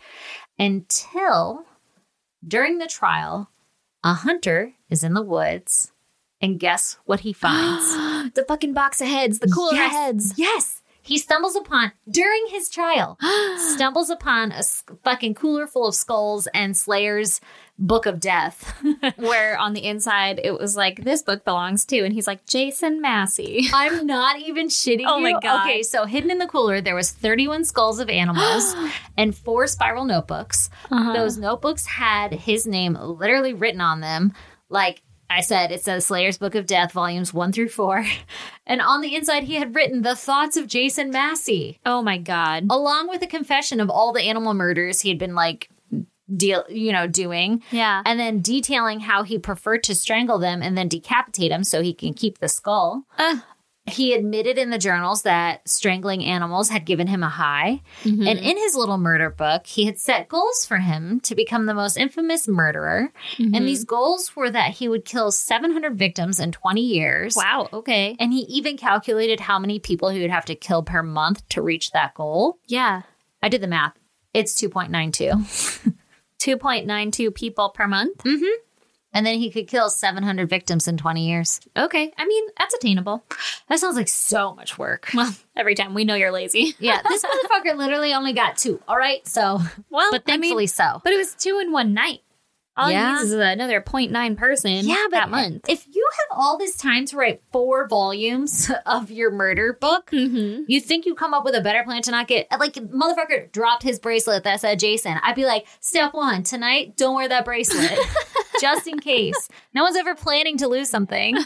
Speaker 2: until during the trial, a hunter is in the woods and guess what he finds?
Speaker 1: the fucking box of heads, <gasps> the cooler
Speaker 2: Yes.
Speaker 1: heads.
Speaker 2: yes. He stumbles upon during
Speaker 1: <gasps>
Speaker 2: his trial stumbles upon a s- fucking cooler full of skulls and Slayer's Book of Death. <laughs>
Speaker 1: Where on the inside it was like, this book belongs to, and he's like, Jason Massey. <laughs>
Speaker 2: I'm not even shitting
Speaker 1: Oh my
Speaker 2: you.
Speaker 1: God.
Speaker 2: Okay, so hidden in the cooler, there was 31 skulls of
Speaker 1: <gasps>
Speaker 2: animals and four spiral notebooks.
Speaker 1: Uh-huh.
Speaker 2: Those notebooks had his name literally written on them. Like I said, it says Slayer's Book of Death, volumes one through four. <laughs> And on the inside, he had written the thoughts of Jason Massey,
Speaker 1: Oh my God.
Speaker 2: along with a confession of all the animal murders he had been like deal, you know, doing.
Speaker 1: Yeah.
Speaker 2: And then detailing how he preferred to strangle them and then decapitate them so he can keep the skull.
Speaker 1: Ugh.
Speaker 2: He admitted in the journals that strangling animals had given him a high. And in his little murder book, he had set goals for him to become the most infamous murderer. And these goals were that he would kill 700 victims in 20 years.
Speaker 1: wow. Okay.
Speaker 2: And he even calculated how many people he would have to kill per month to reach that goal.
Speaker 1: Yeah.
Speaker 2: I did the math. It's 2.92.
Speaker 1: 2.92 people per month.
Speaker 2: And then he could kill 700 victims in 20 years.
Speaker 1: Okay. I mean, that's attainable. <laughs>
Speaker 2: That sounds like so much work.
Speaker 1: Well, every time we know you're lazy. <laughs>
Speaker 2: <laughs> Yeah, this motherfucker literally only got two. All right, so
Speaker 1: Well,
Speaker 2: but
Speaker 1: I mean,
Speaker 2: thankfully so.
Speaker 1: but it was two in one night. All
Speaker 2: Yeah.
Speaker 1: he needs is another 0.9 person that month.
Speaker 2: If you have all this time to write four volumes <laughs> of your murder book,
Speaker 1: Mm-hmm.
Speaker 2: you think you come up with a better plan to not get like motherfucker dropped his bracelet that said Jason. I'd be like, step one, tonight, don't wear that bracelet.
Speaker 1: <laughs>
Speaker 2: Just in case. No one's ever planning to
Speaker 1: <laughs>
Speaker 2: lose something.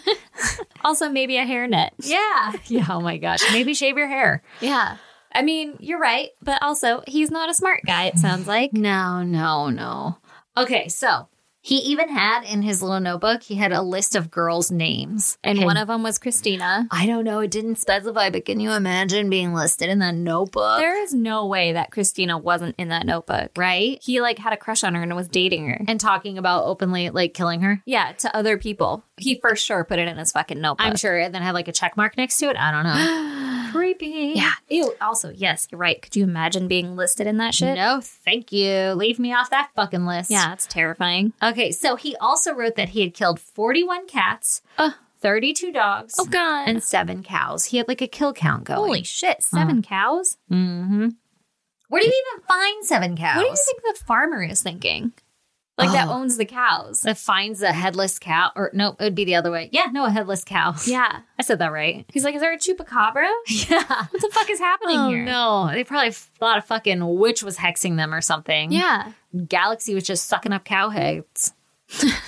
Speaker 1: Also, maybe a hairnet.
Speaker 2: Yeah. Yeah. Oh my gosh. Maybe shave your hair.
Speaker 1: Yeah. I mean, you're right, but also he's not a smart guy, it sounds like.
Speaker 2: No, no, no. Okay, so He even had in his little notebook, he had a list of girls' names.
Speaker 1: And
Speaker 2: Okay.
Speaker 1: one of them was Christina.
Speaker 2: I don't know, it didn't specify, but can you imagine being listed in that notebook?
Speaker 1: There is no way that Christina wasn't in that notebook.
Speaker 2: right?
Speaker 1: He like had a crush on her and was dating her.
Speaker 2: And talking about openly like killing her.
Speaker 1: Yeah, to other people. He for sure put it in his fucking notebook.
Speaker 2: I'm sure, and then had like a check mark next to it. I don't know.
Speaker 1: <gasps>
Speaker 2: Creepy.
Speaker 1: yeah. Ew. Also, yes, you're right. Could you imagine being listed in that shit?
Speaker 2: No, thank you. Leave me off that fucking list.
Speaker 1: Yeah, it's terrifying.
Speaker 2: Okay, so he also wrote that he had killed 41 cats,
Speaker 1: Ugh.
Speaker 2: 32 dogs,
Speaker 1: god.
Speaker 2: and seven cows. He had like a kill count going.
Speaker 1: holy shit, seven cows?
Speaker 2: Mm-hmm. Where do you even find seven cows?
Speaker 1: What do you think the farmer is thinking? Like that
Speaker 2: Oh.
Speaker 1: owns the cows.
Speaker 2: That finds a headless cow, or no, it would be the other way. Yeah, no, a headless cow.
Speaker 1: Yeah.
Speaker 2: I said
Speaker 1: <laughs>
Speaker 2: that right. <laughs>
Speaker 1: He's like, is there a chupacabra?
Speaker 2: Yeah.
Speaker 1: What the fuck is happening
Speaker 2: Oh
Speaker 1: here?
Speaker 2: no! They probably thought a fucking witch was hexing them or something.
Speaker 1: Yeah.
Speaker 2: Galaxy was just sucking up
Speaker 1: <laughs>
Speaker 2: cow heads.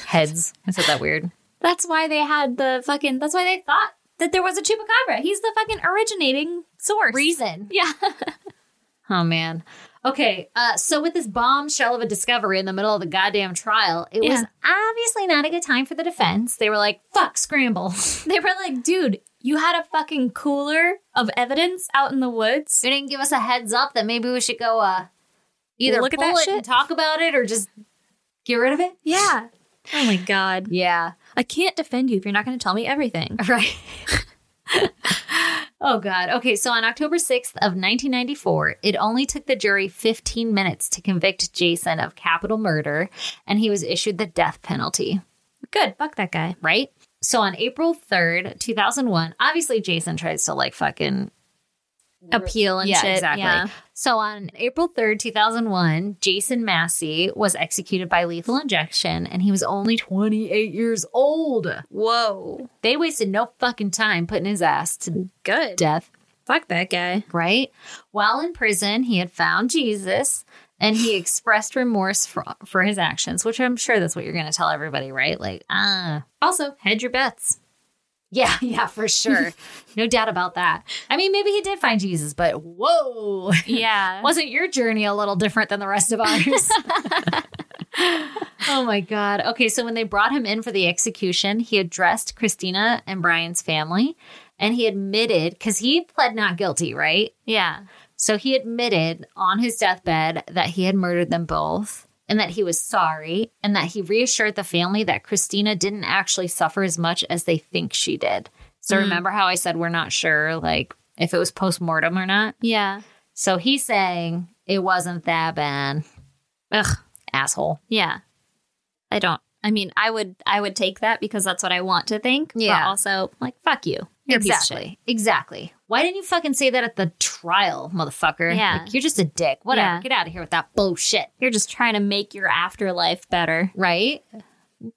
Speaker 2: heads. I said that weird.
Speaker 1: That's why they had the fucking. That's why they thought that there was a chupacabra. He's the fucking originating source.
Speaker 2: Reason.
Speaker 1: Yeah.
Speaker 2: Oh man. Okay, uh, so with this bombshell of a discovery in the middle of the goddamn trial, it was
Speaker 1: Yeah.
Speaker 2: obviously not a good time for the defense. They were like, "Fuck, scramble."
Speaker 1: <laughs>
Speaker 2: <laughs>
Speaker 1: they were like, dude, you had a fucking cooler of evidence out in the woods.
Speaker 2: They didn't give us a heads up that maybe we should go uh, either
Speaker 1: Look at
Speaker 2: pull
Speaker 1: that
Speaker 2: it and
Speaker 1: shit.
Speaker 2: talk about it, or just get rid of it.
Speaker 1: Yeah. <laughs> Oh my god.
Speaker 2: Yeah.
Speaker 1: I can't defend you if you're not going to tell me everything.
Speaker 2: <laughs> Right. oh God. Okay, so on October 6th of 1994, it only took the jury 15 minutes to convict Jason of capital murder, and he was issued the death penalty,
Speaker 1: <laughs> Good. Fuck that guy.
Speaker 2: right? So on April 3rd, 2001, obviously Jason tries to like fucking
Speaker 1: Appeal and shit.
Speaker 2: exactly.
Speaker 1: Yeah.
Speaker 2: So on April 3rd, 2001, Jason Massey was executed by lethal injection and he was only 28 years old.
Speaker 1: Whoa.
Speaker 2: They wasted no fucking time putting his ass to
Speaker 1: Good.
Speaker 2: death,
Speaker 1: Fuck that guy. <laughs>
Speaker 2: right? While in prison, he had found Jesus and he expressed remorse for, for his actions, which I'm sure that's what you're going to tell everybody, right? Like, ah,
Speaker 1: Also, hedge your bets.
Speaker 2: yeah, <laughs> yeah, for sure. no doubt about that. I mean, maybe he did find Jesus, but whoa.
Speaker 1: Yeah.
Speaker 2: <laughs> Wasn't your journey a little different than the rest of ours? <laughs> oh my God. Okay, so when they brought him in for the execution, he addressed Christina and Brian's family and he admitted, because he pled not guilty, right?
Speaker 1: yeah.
Speaker 2: So he admitted on his deathbed that he had murdered them both and that he was sorry and that he reassured the family that Christina didn't actually suffer as much as they think she did. So
Speaker 1: Mm.
Speaker 2: remember how I said we're not sure, like, if it was post mortem or not?
Speaker 1: Yeah.
Speaker 2: So he's saying it wasn't that bad. Ugh, asshole.
Speaker 1: Yeah. I don't. I mean, I would I would take that because that's what I want to think.
Speaker 2: Yeah.
Speaker 1: But also, like, fuck you. You're a piece of shit.
Speaker 2: exactly. Exactly. Why didn't you fucking say that at the trial, motherfucker?
Speaker 1: Yeah.
Speaker 2: Like, you're just a dick. Whatever.
Speaker 1: Yeah.
Speaker 2: Get out of here with that bullshit.
Speaker 1: You're just trying to make your afterlife better.
Speaker 2: Right?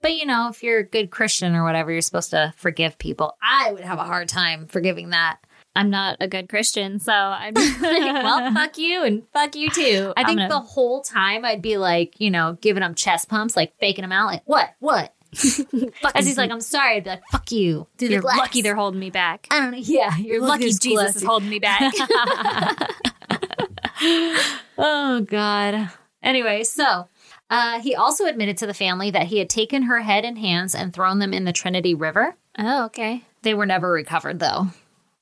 Speaker 2: But you know, if you're a good Christian or whatever, you're supposed to forgive people. I would have a hard time forgiving that.
Speaker 1: I'm not a good Christian, so I'm just like,
Speaker 2: <laughs>
Speaker 1: well, fuck you and fuck you too.
Speaker 2: I
Speaker 1: I'm
Speaker 2: think
Speaker 1: gonna-
Speaker 2: the whole time I'd be like, you know, giving him chest pumps, like faking him out, like, what?
Speaker 1: <laughs>
Speaker 2: What? As he's like, I'm sorry, I'd be like, fuck you.
Speaker 1: dude,
Speaker 2: Your
Speaker 1: they're
Speaker 2: glass.
Speaker 1: lucky they're holding me back.
Speaker 2: I don't know. Yeah,
Speaker 1: You're lucky Jesus is holding me
Speaker 2: <laughs>
Speaker 1: back. <laughs>
Speaker 2: oh God. Anyway, so uh, he also admitted to the family that he had taken her head and hands and thrown them in the Trinity River.
Speaker 1: oh, okay.
Speaker 2: They were never recovered, though.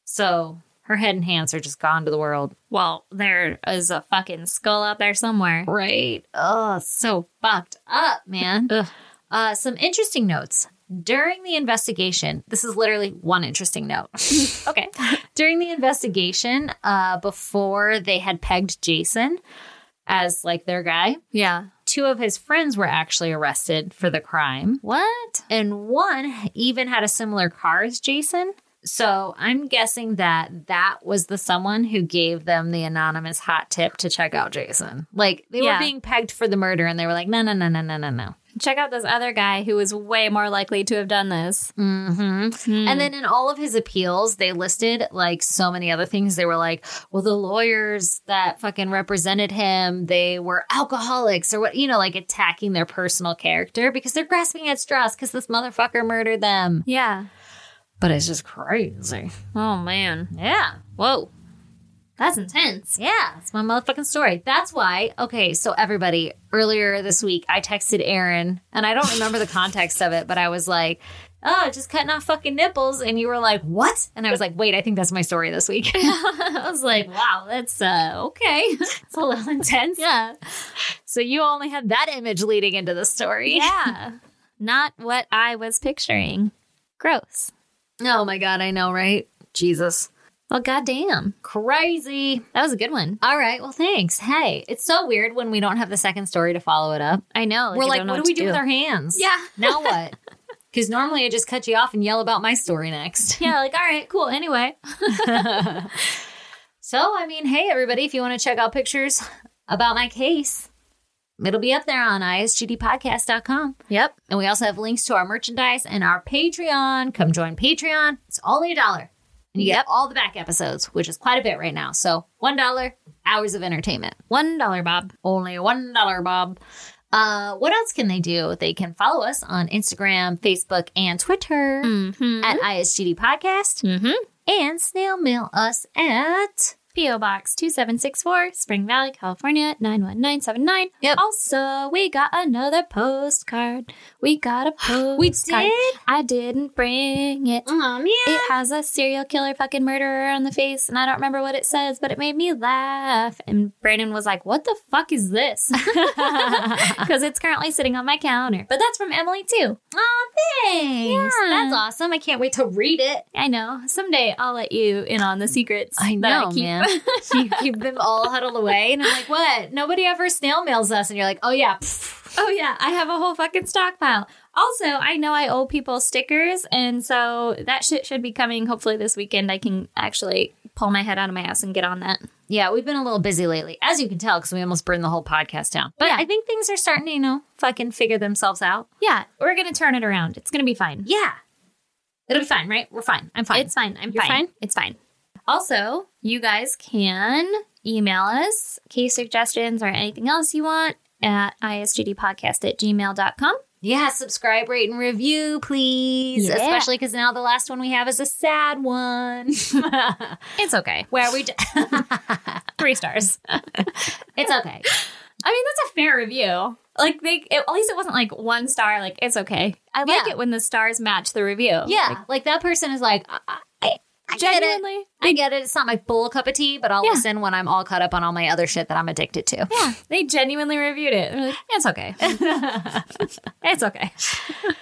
Speaker 2: So her head and hands are just gone to the world.
Speaker 1: Well, there is a fucking skull out there somewhere.
Speaker 2: Right. Oh, so fucked up, man.
Speaker 1: Ugh.
Speaker 2: Uh, some interesting notes. During the investigation, this is literally one interesting note.
Speaker 1: Okay.
Speaker 2: During the investigation, uh, before they had pegged Jason as like their guy,
Speaker 1: Yeah.
Speaker 2: two of his friends were actually arrested for the crime,
Speaker 1: What?
Speaker 2: and one even had a similar car as Jason. So I'm guessing that that was the someone who gave them the anonymous hot tip to check out Jason. Like they
Speaker 1: Yeah.
Speaker 2: were being pegged for the murder, and they were like, no, no, no, no, no, no, no.
Speaker 1: Check out this other guy who was way more likely to have done this.
Speaker 2: Mm-hmm.
Speaker 1: Mm.
Speaker 2: And then in all of his appeals, they listed like so many other things. They were like, well, the lawyers that fucking represented him, they were alcoholics or what, you know, like attacking their personal character because they're grasping at straws because this motherfucker murdered them.
Speaker 1: Yeah.
Speaker 2: But it's just crazy.
Speaker 1: Oh man.
Speaker 2: Yeah.
Speaker 1: Whoa. That's intense. <laughs>
Speaker 2: Yeah, it's my motherfucking story. That's why. Okay, so everybody, earlier this week, I texted Aaron, and I don't remember the context of it, but I was like, "Oh, just cutting off fucking nipples," and you were like, "What?" And I was like, "Wait, I think that's my story this week." <laughs>
Speaker 1: I was like, wow, that's uh, okay.
Speaker 2: it's a little intense.
Speaker 1: yeah.
Speaker 2: So you only had that image leading into the story.
Speaker 1: Yeah. Not what I was picturing. Gross.
Speaker 2: Oh my god, I know, right? Jesus,
Speaker 1: Well, goddamn.
Speaker 2: crazy.
Speaker 1: That was a good one.
Speaker 2: All right, well, thanks. Hey, it's so weird when we don't have the second story to follow it up.
Speaker 1: I know.
Speaker 2: We're
Speaker 1: I
Speaker 2: like,
Speaker 1: don't
Speaker 2: what,
Speaker 1: know
Speaker 2: do
Speaker 1: to
Speaker 2: we do, with our hands?
Speaker 1: Yeah.
Speaker 2: <laughs>
Speaker 1: <laughs>
Speaker 2: Now what? Because normally I just cut you off and yell about my story next.
Speaker 1: Yeah, like, all right, cool. Anyway.
Speaker 2: <laughs> So, I mean, hey, everybody, if you want to check out pictures about my case, it'll be up there on isgdpodcast.com.
Speaker 1: Yep.
Speaker 2: And we also have links to our merchandise and our Patreon. Come join Patreon. It's only a dollar. And you get all the back episodes, which is quite a bit right now. So, $1, hours of entertainment.
Speaker 1: One dollar, Bob.
Speaker 2: Only one dollar, Bob. Uh, what else can they do? They can follow us on Instagram, Facebook, and Twitter
Speaker 1: Mm-hmm.
Speaker 2: at ISGD Podcast,
Speaker 1: Mm-hmm.
Speaker 2: and snail mail us at.
Speaker 1: P.O. Box 2764, Spring Valley, California, 91979.
Speaker 2: Yep.
Speaker 1: Also, we got another postcard. <gasps> We Mm. got a postcard. I didn't bring it.
Speaker 2: Oh man!
Speaker 1: It has a serial killer fucking murderer on the face, and I don't remember what it says, but it made me laugh. And Brandon was like, What the fuck is <laughs> this? Because it's currently sitting on my counter. But that's from Emily, too.
Speaker 2: Oh, thanks.
Speaker 1: Yeah.
Speaker 2: That's awesome. I can't wait to read it.
Speaker 1: I know. Someday I'll let you in on the secrets.
Speaker 2: I
Speaker 1: that
Speaker 2: know,
Speaker 1: keep.
Speaker 2: man. you <laughs> keep them all huddled away, and I'm like, "What? Nobody ever snail mails us." And you're like, "Oh yeah, pfft.
Speaker 1: Oh yeah, I have a whole fucking stockpile. Also, I know I owe people stickers, and so that shit should be coming. Hopefully this weekend, I can actually pull my head out of my ass and get on that.
Speaker 2: <laughs> yeah." We've been a little busy lately, as you can tell, because we almost burned the whole podcast down. But
Speaker 1: Yeah.
Speaker 2: I think things are starting to, you know, fucking figure themselves out.
Speaker 1: Yeah, we're gonna turn it around. It's gonna be fine.
Speaker 2: Yeah, it'll be fine, right? We're fine. I'm fine.
Speaker 1: It's fine. I'm
Speaker 2: You're
Speaker 1: fine.
Speaker 2: fine?
Speaker 1: It's fine. Also, you guys can email us case suggestions or anything else you want at isgdpodcast at gmail.com.
Speaker 2: Yeah, subscribe, rate, and review, please.
Speaker 1: Yeah.
Speaker 2: Especially because now the last one we have is a sad one. <laughs>
Speaker 1: It's okay. <laughs>
Speaker 2: Where we. D- <laughs>
Speaker 1: Three stars. <laughs>
Speaker 2: it's okay.
Speaker 1: I mean, that's a fair review. Like they, it, at least it wasn't like one star. Like it's okay. I like
Speaker 2: Yeah.
Speaker 1: it when the stars match the review.
Speaker 2: Yeah.
Speaker 1: Like,
Speaker 2: Like, that person is like, I, I, I get it.
Speaker 1: genuinely.
Speaker 2: I get it. It's not my full cup of tea, but I'll
Speaker 1: Yeah.
Speaker 2: listen when I'm all caught up on all my other shit that I'm addicted to.
Speaker 1: Yeah, they genuinely reviewed it. They're like, it's <laughs> okay. it's okay.
Speaker 2: It's okay.
Speaker 1: <laughs>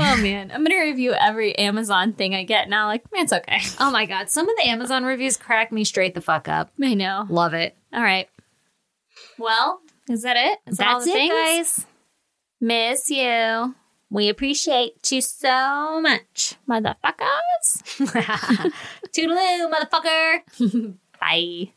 Speaker 1: Oh man, I'm gonna review every Amazon thing I get now. Like, it's okay.
Speaker 2: <laughs> oh my God. Some of the Amazon reviews crack me straight the fuck up.
Speaker 1: <laughs> I know.
Speaker 2: Love it.
Speaker 1: All right. Well, is that it? Is that all
Speaker 2: That's
Speaker 1: the
Speaker 2: it,
Speaker 1: things?
Speaker 2: guys.
Speaker 1: Miss you,
Speaker 2: We appreciate you so much. <laughs>
Speaker 1: motherfuckers.
Speaker 2: Toodaloo, motherfucker.
Speaker 1: Bye.